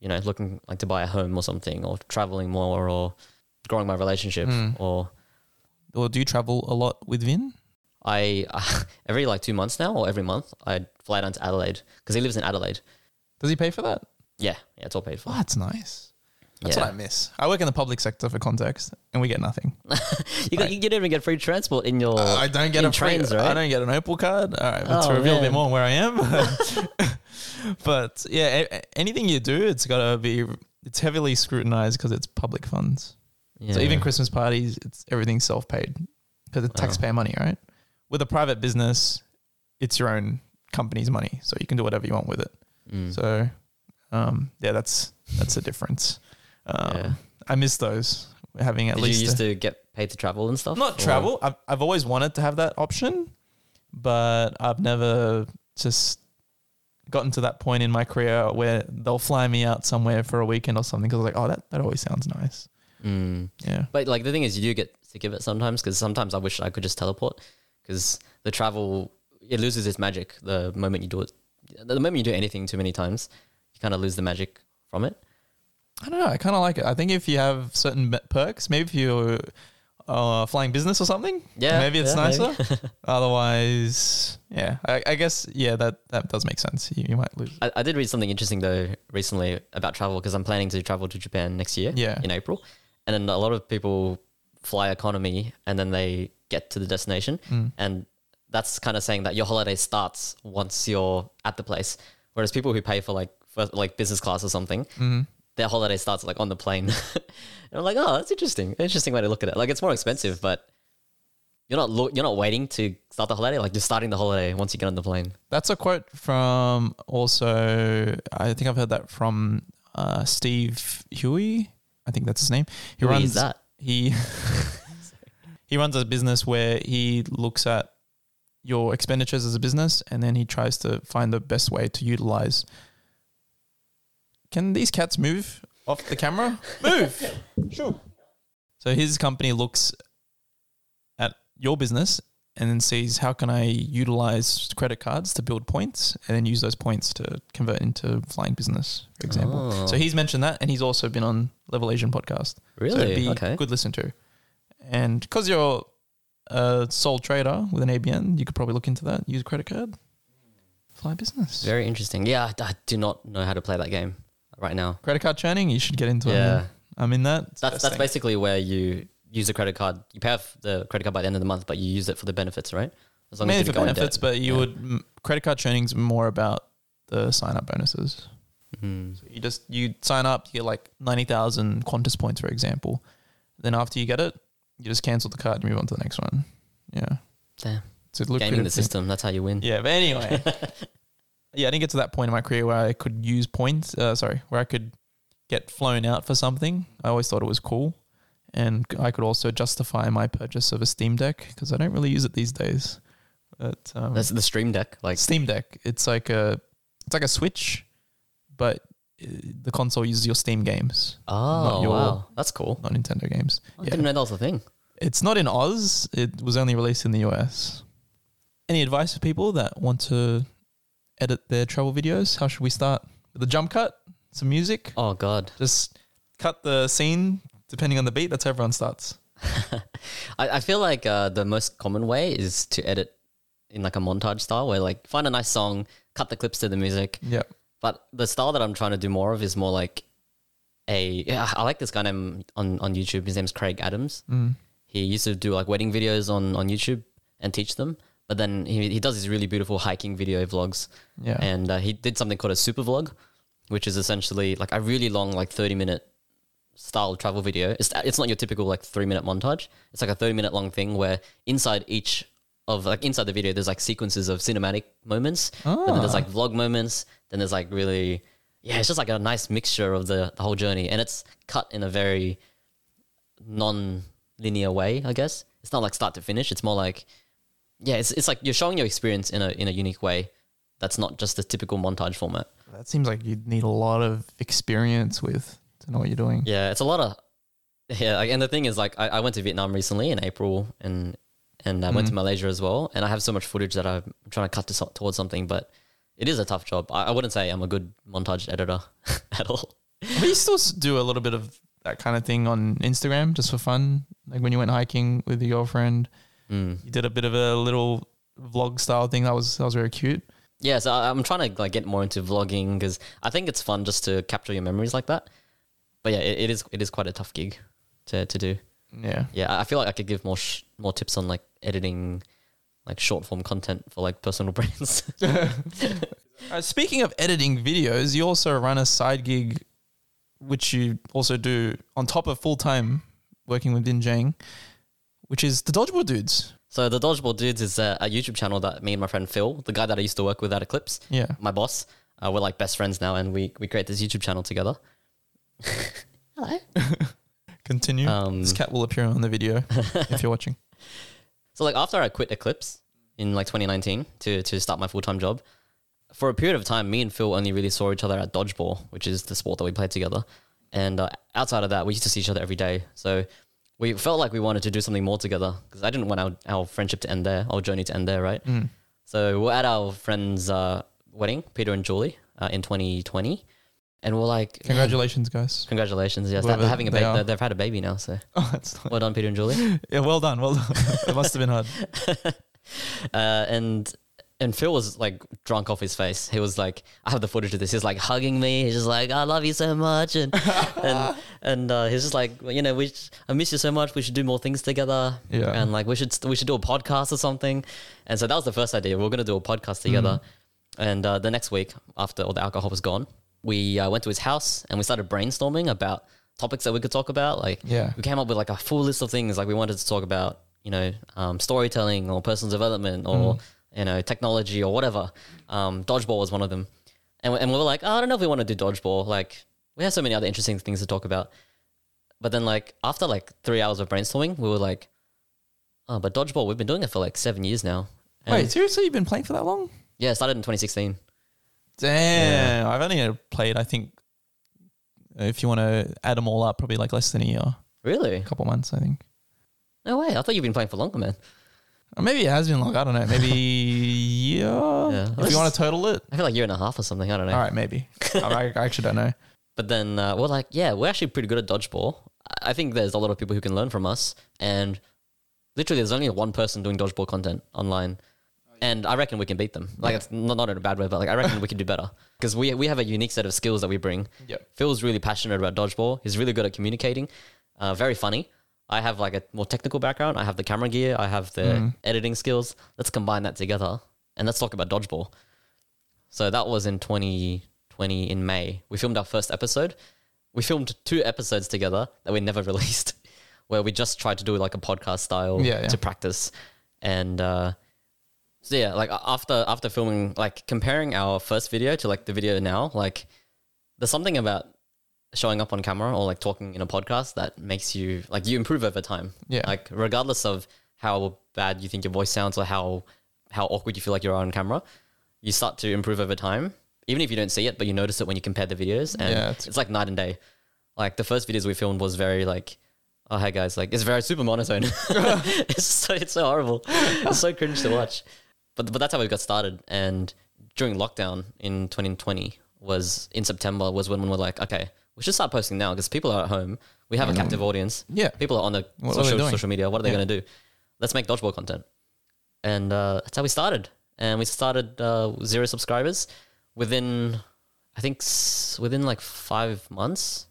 Speaker 2: you know, looking like to buy a home or something, or traveling more, or growing my relationship,
Speaker 1: Hmm.
Speaker 2: or
Speaker 1: Or do you travel a lot with Vin?
Speaker 2: I every like two months now or every month I fly down to Adelaide because he lives in Adelaide.
Speaker 1: Does he pay for that?
Speaker 2: Yeah, yeah, it's all paid for.
Speaker 1: Oh, that's nice. That's
Speaker 2: Yeah.
Speaker 1: what I miss. I work in the public sector for context, and we get nothing.
Speaker 2: You, got, you don't even get free transport in your.
Speaker 1: I don't get
Speaker 2: Uh,
Speaker 1: a
Speaker 2: in
Speaker 1: free,
Speaker 2: trains,
Speaker 1: I
Speaker 2: right?
Speaker 1: don't get an Opal card. All right, let's
Speaker 2: Oh,
Speaker 1: reveal a
Speaker 2: man.
Speaker 1: bit more where I am. but yeah, a- a- anything you do, it's got to be it's heavily scrutinized because it's public funds. So
Speaker 2: Yeah. Oh.
Speaker 1: even Christmas parties, it's everything's self-paid because it's taxpayer money, right? With a private business, it's your own company's money, so you can do whatever you want with it.
Speaker 2: Mm.
Speaker 1: So, um, yeah, that's that's a difference. Um,
Speaker 2: Yeah.
Speaker 1: I miss those having at
Speaker 2: Did
Speaker 1: least
Speaker 2: you used
Speaker 1: a-
Speaker 2: to get paid to travel and stuff?
Speaker 1: not
Speaker 2: or-
Speaker 1: travel. I've I've always wanted to have that option, but I've never just gotten to that point in my career where they'll fly me out somewhere for a weekend or something because like oh that that always sounds nice.
Speaker 2: Mm.
Speaker 1: Yeah,
Speaker 2: But like the thing is, you do get sick of it sometimes because sometimes I wish I could just teleport because the travel it loses its magic the moment you do it. The moment you do anything too many times, you kind of lose the magic from it.
Speaker 1: I don't know. I kind of like it. I think if you have certain be- perks, maybe if you're uh, flying business or something,
Speaker 2: Yeah,
Speaker 1: maybe it's
Speaker 2: yeah,
Speaker 1: nicer.
Speaker 2: maybe.
Speaker 1: Otherwise, yeah, I, I guess yeah that that does make sense. You, you might lose.
Speaker 2: I, I did read something interesting though recently about travel because I'm planning to travel to Japan next year
Speaker 1: Yeah.
Speaker 2: in April, and then a lot of people fly economy and then they get to the destination,
Speaker 1: Mm.
Speaker 2: and that's kind of saying that your holiday starts once you're at the place. Whereas people who pay for like for, like business class or something,
Speaker 1: mm-hmm.
Speaker 2: their holiday starts like on the plane. and I'm like, oh, that's interesting. Interesting way to look at it. Like it's more expensive, but you're not lo- you're not waiting to start the holiday. Like you're starting the holiday once you get on the plane.
Speaker 1: That's a quote from also, I think I've heard that from uh, Steve Huey. I think that's his name. He
Speaker 2: Who is
Speaker 1: runs
Speaker 2: that?
Speaker 1: He he runs a business where he looks at your expenditures as a business, and then he tries to find the best way to utilize can these cats move off the camera? move. Sure. So his company looks at your business and then sees how can I utilize credit cards to build points and then use those points to convert into flying business, for example.
Speaker 2: Oh.
Speaker 1: So he's mentioned that and he's also been on Level Asian podcast. So it'd
Speaker 2: Really?
Speaker 1: be
Speaker 2: okay.
Speaker 1: good listen to. And because you're a sole trader with an ABN, you could probably look into that. Use a credit card, fly business.
Speaker 2: Very interesting. Yeah, I, I do not know how to play that game right now.
Speaker 1: Credit card churning, you should get into it.
Speaker 2: Yeah.
Speaker 1: man. I'm in that. It's the
Speaker 2: That's
Speaker 1: best
Speaker 2: that's
Speaker 1: thing.
Speaker 2: basically where you use the credit card. You pay off the credit card by the end of the month, but you use it for the benefits, right? As long
Speaker 1: mainly
Speaker 2: you
Speaker 1: for
Speaker 2: didn't go in
Speaker 1: benefits,
Speaker 2: debt.
Speaker 1: but you
Speaker 2: Yeah.
Speaker 1: would m- credit card churning's more about the sign up bonuses.
Speaker 2: Mhm.
Speaker 1: You just you sign up, you get like ninety thousand Qantas points, for example. Then after you get it, you just cancel the card and move on to the next one. Yeah,
Speaker 2: Damn.
Speaker 1: it's a lucrative.
Speaker 2: gaming the
Speaker 1: thing.
Speaker 2: system. That's how you win.
Speaker 1: Yeah, but anyway, yeah, I didn't get to that point in my career where I could use points. Uh, sorry, where I could get flown out for something. I always thought it was cool, and c- I could also justify my purchase of a Steam Deck because I don't really use it these days. But um,
Speaker 2: That's the Stream Deck. Like,
Speaker 1: Steam Deck, it's like a it's like a Switch, but uh, the console uses your Steam games,
Speaker 2: oh
Speaker 1: your-
Speaker 2: wow, that's cool.
Speaker 1: not Nintendo games.
Speaker 2: I
Speaker 1: Yeah.
Speaker 2: didn't know that was a thing.
Speaker 1: It's not in Oz. It was only released in the US. Any advice for people that want to edit their travel videos? How should we start? With a jump cut, some music,
Speaker 2: Oh god,
Speaker 1: just cut the scene depending on the beat. That's how everyone starts.
Speaker 2: I, I feel like uh, the most common way is to edit in like a montage style, where like find a nice song, cut the clips to the music.
Speaker 1: Yep.
Speaker 2: But the style that I'm trying to do more of is more like a. Yeah, I like this guy named on on YouTube. His name's Craig Adams.
Speaker 1: Mm.
Speaker 2: he used to do like wedding videos on, on YouTube and teach them. But then he, he does these really beautiful hiking video vlogs.
Speaker 1: Yeah.
Speaker 2: And uh, he did something called a super vlog, which is essentially like a really long, like 30 minute style travel video. It's, it's not your typical like three minute montage. It's like a 30 minute long thing where inside each of like inside the video, there's like sequences of cinematic moments. And then there's like vlog moments. Then there's like really, yeah, it's just like a nice mixture of the, the whole journey. And it's cut in a very non-linear way, I guess. It's not like start to finish. It's more like, yeah, it's, it's like you're showing your experience in a in a unique way. That's not just the typical montage format.
Speaker 1: that seems like you'd need a lot of experience with to know what you're doing.
Speaker 2: Yeah, it's a lot of yeah. Like, and the thing is, like, I, I went to Vietnam recently in April, and and I went to Malaysia as well. And I have so much footage that I'm trying to cut this up towards something, but it is a tough job. I, I wouldn't say I'm a good montage editor at all.
Speaker 1: We still s- do a little bit of that kind of thing on Instagram just for fun. Like when you went hiking with your girlfriend,
Speaker 2: Mm.
Speaker 1: you did a bit of a little vlog style thing. That was that was very cute.
Speaker 2: Yeah, so I- I'm trying to like get more into vlogging because I think it's fun just to capture your memories like that. But yeah, it, it is it is quite a tough gig to, to do.
Speaker 1: Yeah.
Speaker 2: Yeah, I- I feel like I could give more sh- more tips on like editing, like short form content for like personal brands.
Speaker 1: Uh, speaking of editing videos, you also run a side gig, which you also do on top of full time working with Dinjang, which is the Dodgeball Dudes.
Speaker 2: so the Dodgeball Dudes is a, a YouTube channel that me and my friend Phil, the guy that I used to work with at Eclipse,
Speaker 1: Yeah.
Speaker 2: my boss, uh, we're like best friends now, and we we create this YouTube channel together. Hello.
Speaker 1: Continue.
Speaker 2: Um,
Speaker 1: this cat will appear on the video if you're watching.
Speaker 2: So like after I quit Eclipse in like 2019 to to start my full time job, for a period of time, me and Phil only really saw each other at dodgeball, which is the sport that we played together. And uh, outside of that, we used to see each other every day. So we felt like we wanted to do something more together because I didn't want our, our friendship to end there, our journey to end there, right?
Speaker 1: Mm.
Speaker 2: So we're at our friend's uh, wedding, Peter and Julie, uh, in 2020, and we're like,
Speaker 1: Congratulations, guys.
Speaker 2: congratulations, yes,
Speaker 1: Whoever
Speaker 2: they're having a
Speaker 1: they
Speaker 2: baby.
Speaker 1: are.
Speaker 2: They've had a baby now, so
Speaker 1: Oh, that's
Speaker 2: well done, Peter and Julie.
Speaker 1: yeah. Well done. Well done. it must have been hard.
Speaker 2: uh, and and Phil was like drunk off his face. He was like, I have the footage of this. He's like hugging me. He's just like, I love you so much, and and and uh, he's just like, you know, we sh- I miss you so much. We should do more things together.
Speaker 1: Yeah.
Speaker 2: and like we should st- we should do a podcast or something. And so that was the first idea. We are gonna do a podcast together.
Speaker 1: Mm.
Speaker 2: And uh, the next week, after all the alcohol was gone, we uh, went to his house and we started brainstorming about topics that we could talk about, like
Speaker 1: Yeah.
Speaker 2: we came up with like a full list of things like we wanted to talk about you know um, storytelling or personal development
Speaker 1: Mm.
Speaker 2: or you know technology or whatever um, dodgeball was one of them and we, and we were like oh, i don't know if we want to do dodgeball like we have so many other interesting things to talk about but then like after like three hours of brainstorming we were like oh but dodgeball we've been doing it for like seven years now And-
Speaker 1: Wait, seriously, you've been playing for that long?
Speaker 2: yeah it started in 2016
Speaker 1: Damn. I've only played, I think, If you want to add them all up, probably like less than a year,
Speaker 2: Really?
Speaker 1: a couple months, I think.
Speaker 2: No way. I thought you've been playing for longer, man.
Speaker 1: Or maybe it has been long. I don't know. Maybe a year. If you want to total it,
Speaker 2: I feel like year and a half or something. I don't know.
Speaker 1: all right, maybe. I, I actually don't know.
Speaker 2: But then uh, we're like, yeah, we're actually pretty good at dodgeball. I- I think there's a lot of people who can learn from us. And literally, there's only one person doing dodgeball content online. And I reckon we can beat them. Like, it's not, not in a bad way, but like, I reckon we can do better. Because we, we have a unique set of skills that we bring.
Speaker 1: Yep.
Speaker 2: Phil's really passionate about dodgeball. He's really good at communicating, uh, very funny. I have like a more technical background. I have the camera gear. I have the
Speaker 1: Mm.
Speaker 2: editing skills. Let's combine that together and let's talk about dodgeball. So that was in 2020 in May. We filmed our first episode. We filmed two episodes together that we never released, where we just tried to do like a podcast style
Speaker 1: Yeah, yeah.
Speaker 2: to practice. And uh, so yeah, like a- after after filming, like comparing our first video to like the video now, like there's something about showing up on camera or like talking in a podcast that makes you like you improve over time.
Speaker 1: Yeah.
Speaker 2: Like regardless of how bad you think your voice sounds or how how awkward you feel like you're on camera, you start to improve over time. Even if you don't see it, but you notice it when you compare the videos and
Speaker 1: Yeah, it's-
Speaker 2: it's, like night and day. Like the first videos we filmed was very like Oh hey guys, like it's very super monotone. it's so it's so horrible. It's so cringe to watch. But but that's how we got started. And during lockdown in 2020 was in September was when we were like, okay, we should start posting now because people are at home. We have a captive audience.
Speaker 1: Yeah.
Speaker 2: people are on the
Speaker 1: What are they
Speaker 2: social,
Speaker 1: doing?
Speaker 2: social media. What are they
Speaker 1: Yeah.
Speaker 2: going to do? Let's make dodgeball content. And uh, that's how we started. And we started uh, with zero subscribers within, I think, s- within like five months.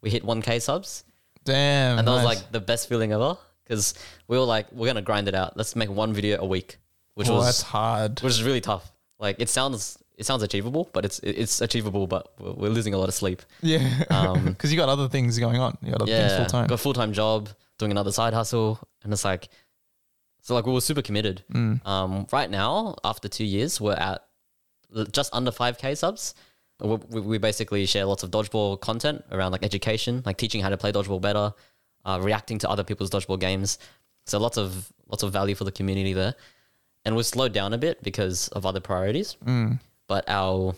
Speaker 2: We hit 1K subs.
Speaker 1: Damn.
Speaker 2: And that was
Speaker 1: nice.
Speaker 2: like the best feeling ever because we were like, we're going to grind it out. Let's make one video a week, which
Speaker 1: Oh, that's
Speaker 2: was
Speaker 1: hard.
Speaker 2: which is really tough. Like it sounds it sounds achievable, but it's it's achievable, but we're we're losing a lot of sleep.
Speaker 1: Yeah.
Speaker 2: Um,
Speaker 1: Because you got other things going on. You got other things full
Speaker 2: yeah,
Speaker 1: time.
Speaker 2: got a full time job, doing another side hustle, and it's like, so like we were super committed. Um, right now, after two years, we're at l- just under five k subs. We, we we basically share lots of dodgeball content around like education, like teaching how to play dodgeball better, uh, reacting to other people's dodgeball games. So lots of lots of value for the community there, and we're slowed down a bit because of other priorities. But our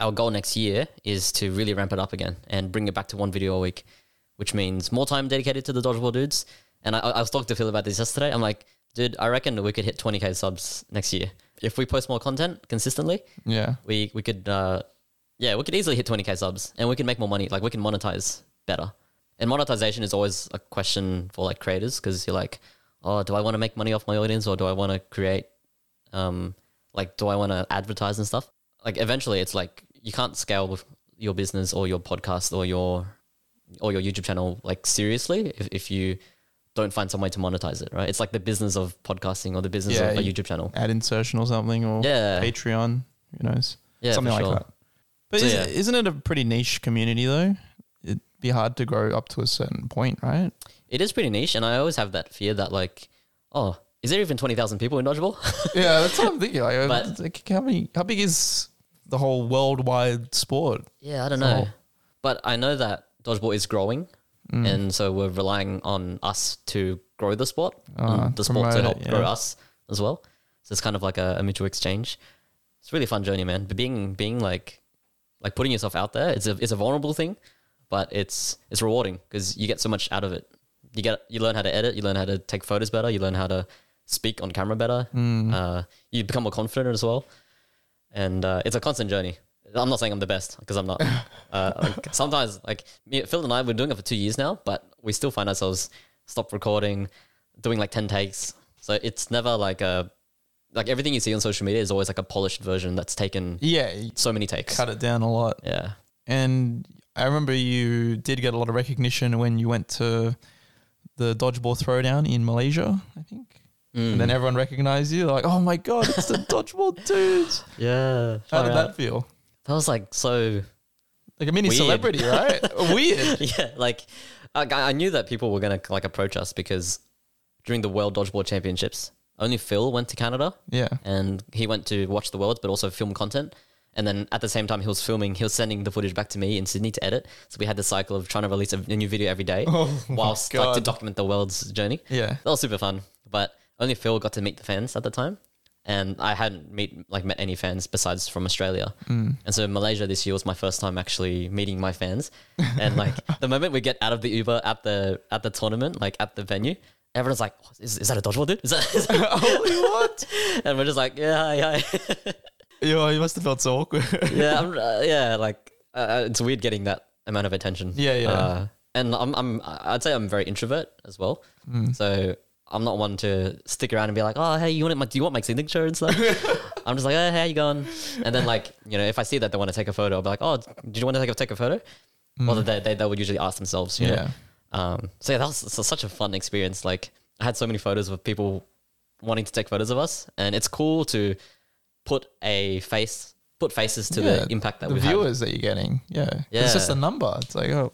Speaker 2: our goal next year is to really ramp it up again and bring it back to one video a week, which means more time dedicated to the dodgeball dudes. And I, I was talking to Phil about this yesterday. I'm like, dude, I reckon we could hit 20k subs next year if we post more content consistently.
Speaker 1: Yeah.
Speaker 2: We we could, uh, yeah, we could easily hit 20k subs, and we can make more money. Like we can monetize better. And monetization is always a question for like creators because you're like, oh, do I want to make money off my audience or do I want to create um, like do I want to advertise and stuff? Like eventually, it's like you can't scale with your business or your podcast or your or your YouTube channel like seriously if, if you don't find some way to monetize it, right? It's like the business of podcasting or the business
Speaker 1: Yeah,
Speaker 2: of a
Speaker 1: you-
Speaker 2: YouTube channel.
Speaker 1: Ad insertion or something or
Speaker 2: Yeah,
Speaker 1: Patreon. Who knows?
Speaker 2: yeah,
Speaker 1: something
Speaker 2: for
Speaker 1: like
Speaker 2: sure.
Speaker 1: that. But
Speaker 2: So,
Speaker 1: is,
Speaker 2: yeah.
Speaker 1: isn't it a pretty niche community though? It'd be hard to grow up to a certain point, right?
Speaker 2: It is pretty niche, and I always have that fear that like, oh, is there even twenty thousand people in dodgeball?
Speaker 1: yeah, that's what I'm thinking. Like,
Speaker 2: But-
Speaker 1: it's like, how many? How big is the whole worldwide sport?
Speaker 2: Yeah, I don't
Speaker 1: So-
Speaker 2: know. But I know that dodgeball is growing,
Speaker 1: Mm.
Speaker 2: and so we're relying on us to grow the sport, and
Speaker 1: Uh,
Speaker 2: the sport to
Speaker 1: promote
Speaker 2: help
Speaker 1: it,
Speaker 2: grow
Speaker 1: yeah.
Speaker 2: us as well. So it's kind of like a, a mutual exchange. It's a really fun journey, man. But being being like like putting yourself out there, it's a it's a vulnerable thing, but it's it's rewarding because you get so much out of it. You get you learn how to edit, you learn how to take photos better, you learn how to speak on camera better.
Speaker 1: Mm.
Speaker 2: Uh, you become more confident as well and uh, it's a constant journey. I'm not saying I'm the best because I'm not. Uh, like, sometimes, like me, Phil and I, we're doing it for two years now, but we still find ourselves stop recording, doing like ten takes. So it's never like a like everything you see on social media is always like a polished version that's taken
Speaker 1: Yeah, you
Speaker 2: so many takes.
Speaker 1: cut it down a lot.
Speaker 2: Yeah,
Speaker 1: And I remember you did get a lot of recognition when you went to the dodgeball throwdown in Malaysia, I think. And
Speaker 2: Mm.
Speaker 1: then everyone recognized you. They're like, oh my god, it's the dodgeball dudes.
Speaker 2: yeah.
Speaker 1: How did that feel?
Speaker 2: That was like so
Speaker 1: Like a mini
Speaker 2: Weird.
Speaker 1: celebrity, right? Weird.
Speaker 2: yeah, like I, I knew that people were gonna like approach us because during the World Dodgeball Championships, only Phil went to Canada.
Speaker 1: Yeah.
Speaker 2: and he went to watch the world but also film content and then at the same time he was filming he was sending the footage back to me in sydney to edit so we had the cycle of trying to release a a new video every day
Speaker 1: Oh my
Speaker 2: whilst like to
Speaker 1: God.
Speaker 2: document the world's journey
Speaker 1: Yeah.
Speaker 2: that was super fun but only phil got to meet the fans at the time and I hadn't meet like met any fans besides from Australia.
Speaker 1: Mm.
Speaker 2: And so Malaysia this year was my first time actually meeting my fans. And like the moment we get out of the Uber at the at the tournament, like at the venue, everyone's like, "Oh, "Is, is that a dodgeball dude?" Is that, is that-"
Speaker 1: what?
Speaker 2: and we're just like, "Yeah, hi, hi."
Speaker 1: Yeah, you must have felt so awkward.
Speaker 2: yeah, I'm, uh, yeah. Like uh, uh, it's weird getting that amount of attention.
Speaker 1: Yeah, yeah.
Speaker 2: Uh, and I'm, I'm, I'd say I'm very introvert as well.
Speaker 1: Hmm.
Speaker 2: So I'm not one to stick around and be like, oh, hey, you want my, do you want my signature and stuff? I'm just like, oh, how you going? And then like, you know, if I see that they want to take a photo, I'll be like, oh, did you want to take a take a photo? Well, they, they, they would usually ask themselves, you know.
Speaker 1: Hmm. yeah.
Speaker 2: Um, so yeah, that was so, such a fun experience. Like I had so many photos of people wanting to take photos of us, and it's cool to put a face, put faces to
Speaker 1: Yeah,
Speaker 2: the impact that
Speaker 1: the
Speaker 2: we have.
Speaker 1: viewers that you're getting. Yeah. 'Cause It's just
Speaker 2: Yeah.
Speaker 1: a number. It's like, oh,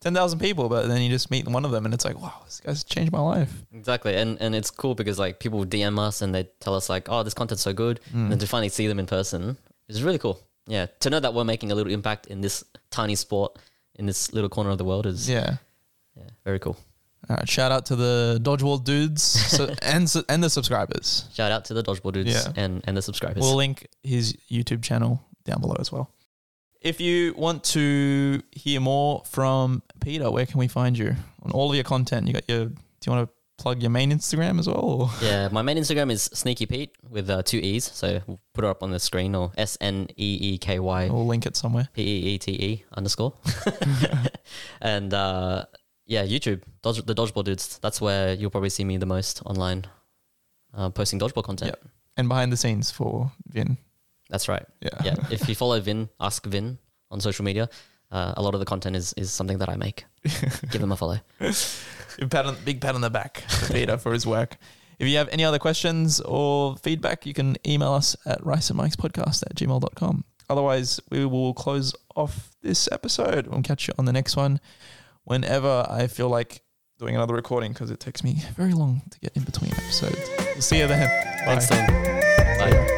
Speaker 1: 10,000 people, but then you just meet one of them and it's like, wow, this guy's changed my life.
Speaker 2: Exactly, and and it's cool because like people DM us and they tell us like, oh, this content's so good, and
Speaker 1: Mm.
Speaker 2: then to finally see them in person is really cool. Yeah, to know that we're making a little impact in this tiny sport in this little corner of the world is
Speaker 1: Yeah.
Speaker 2: yeah, very cool.
Speaker 1: All right. Shout out to the Dodgeball dudes so, and, su- and the subscribers.
Speaker 2: Shout out to the dodgeball dudes
Speaker 1: Yeah.
Speaker 2: and and the subscribers.
Speaker 1: We'll link his YouTube channel down below as well. If you want to hear more from Peter, where can we find you on all of your content? You got your. Do you want to plug your main Instagram as well? or-
Speaker 2: Yeah, my main Instagram is Sneaky Pete with uh, two E's. So we'll put it up on the screen or S N E E K Y
Speaker 1: We'll link it somewhere.
Speaker 2: P E E T E underscore. and uh, yeah, YouTube, Dodge, the Dodgeball Dudes. That's where you'll probably see me the most online uh, posting Dodgeball content.
Speaker 1: Yep. And behind the scenes for Vin.
Speaker 2: That's right.
Speaker 1: Yeah.
Speaker 2: Yeah. if you follow Vin, ask Vin on social media. Uh, a lot of the content is, is something that I make. Give him a follow.
Speaker 1: A pat on, big pat on the back for Peter for his work. If you have any other questions or feedback, you can email us at rice and podcast at gmail.com. Otherwise, we will close off this episode. We'll catch you on the next one whenever I feel like doing another recording because it takes me very long to get in between episodes. We'll see you then. Bye.
Speaker 2: Thanks, Tom. Bye.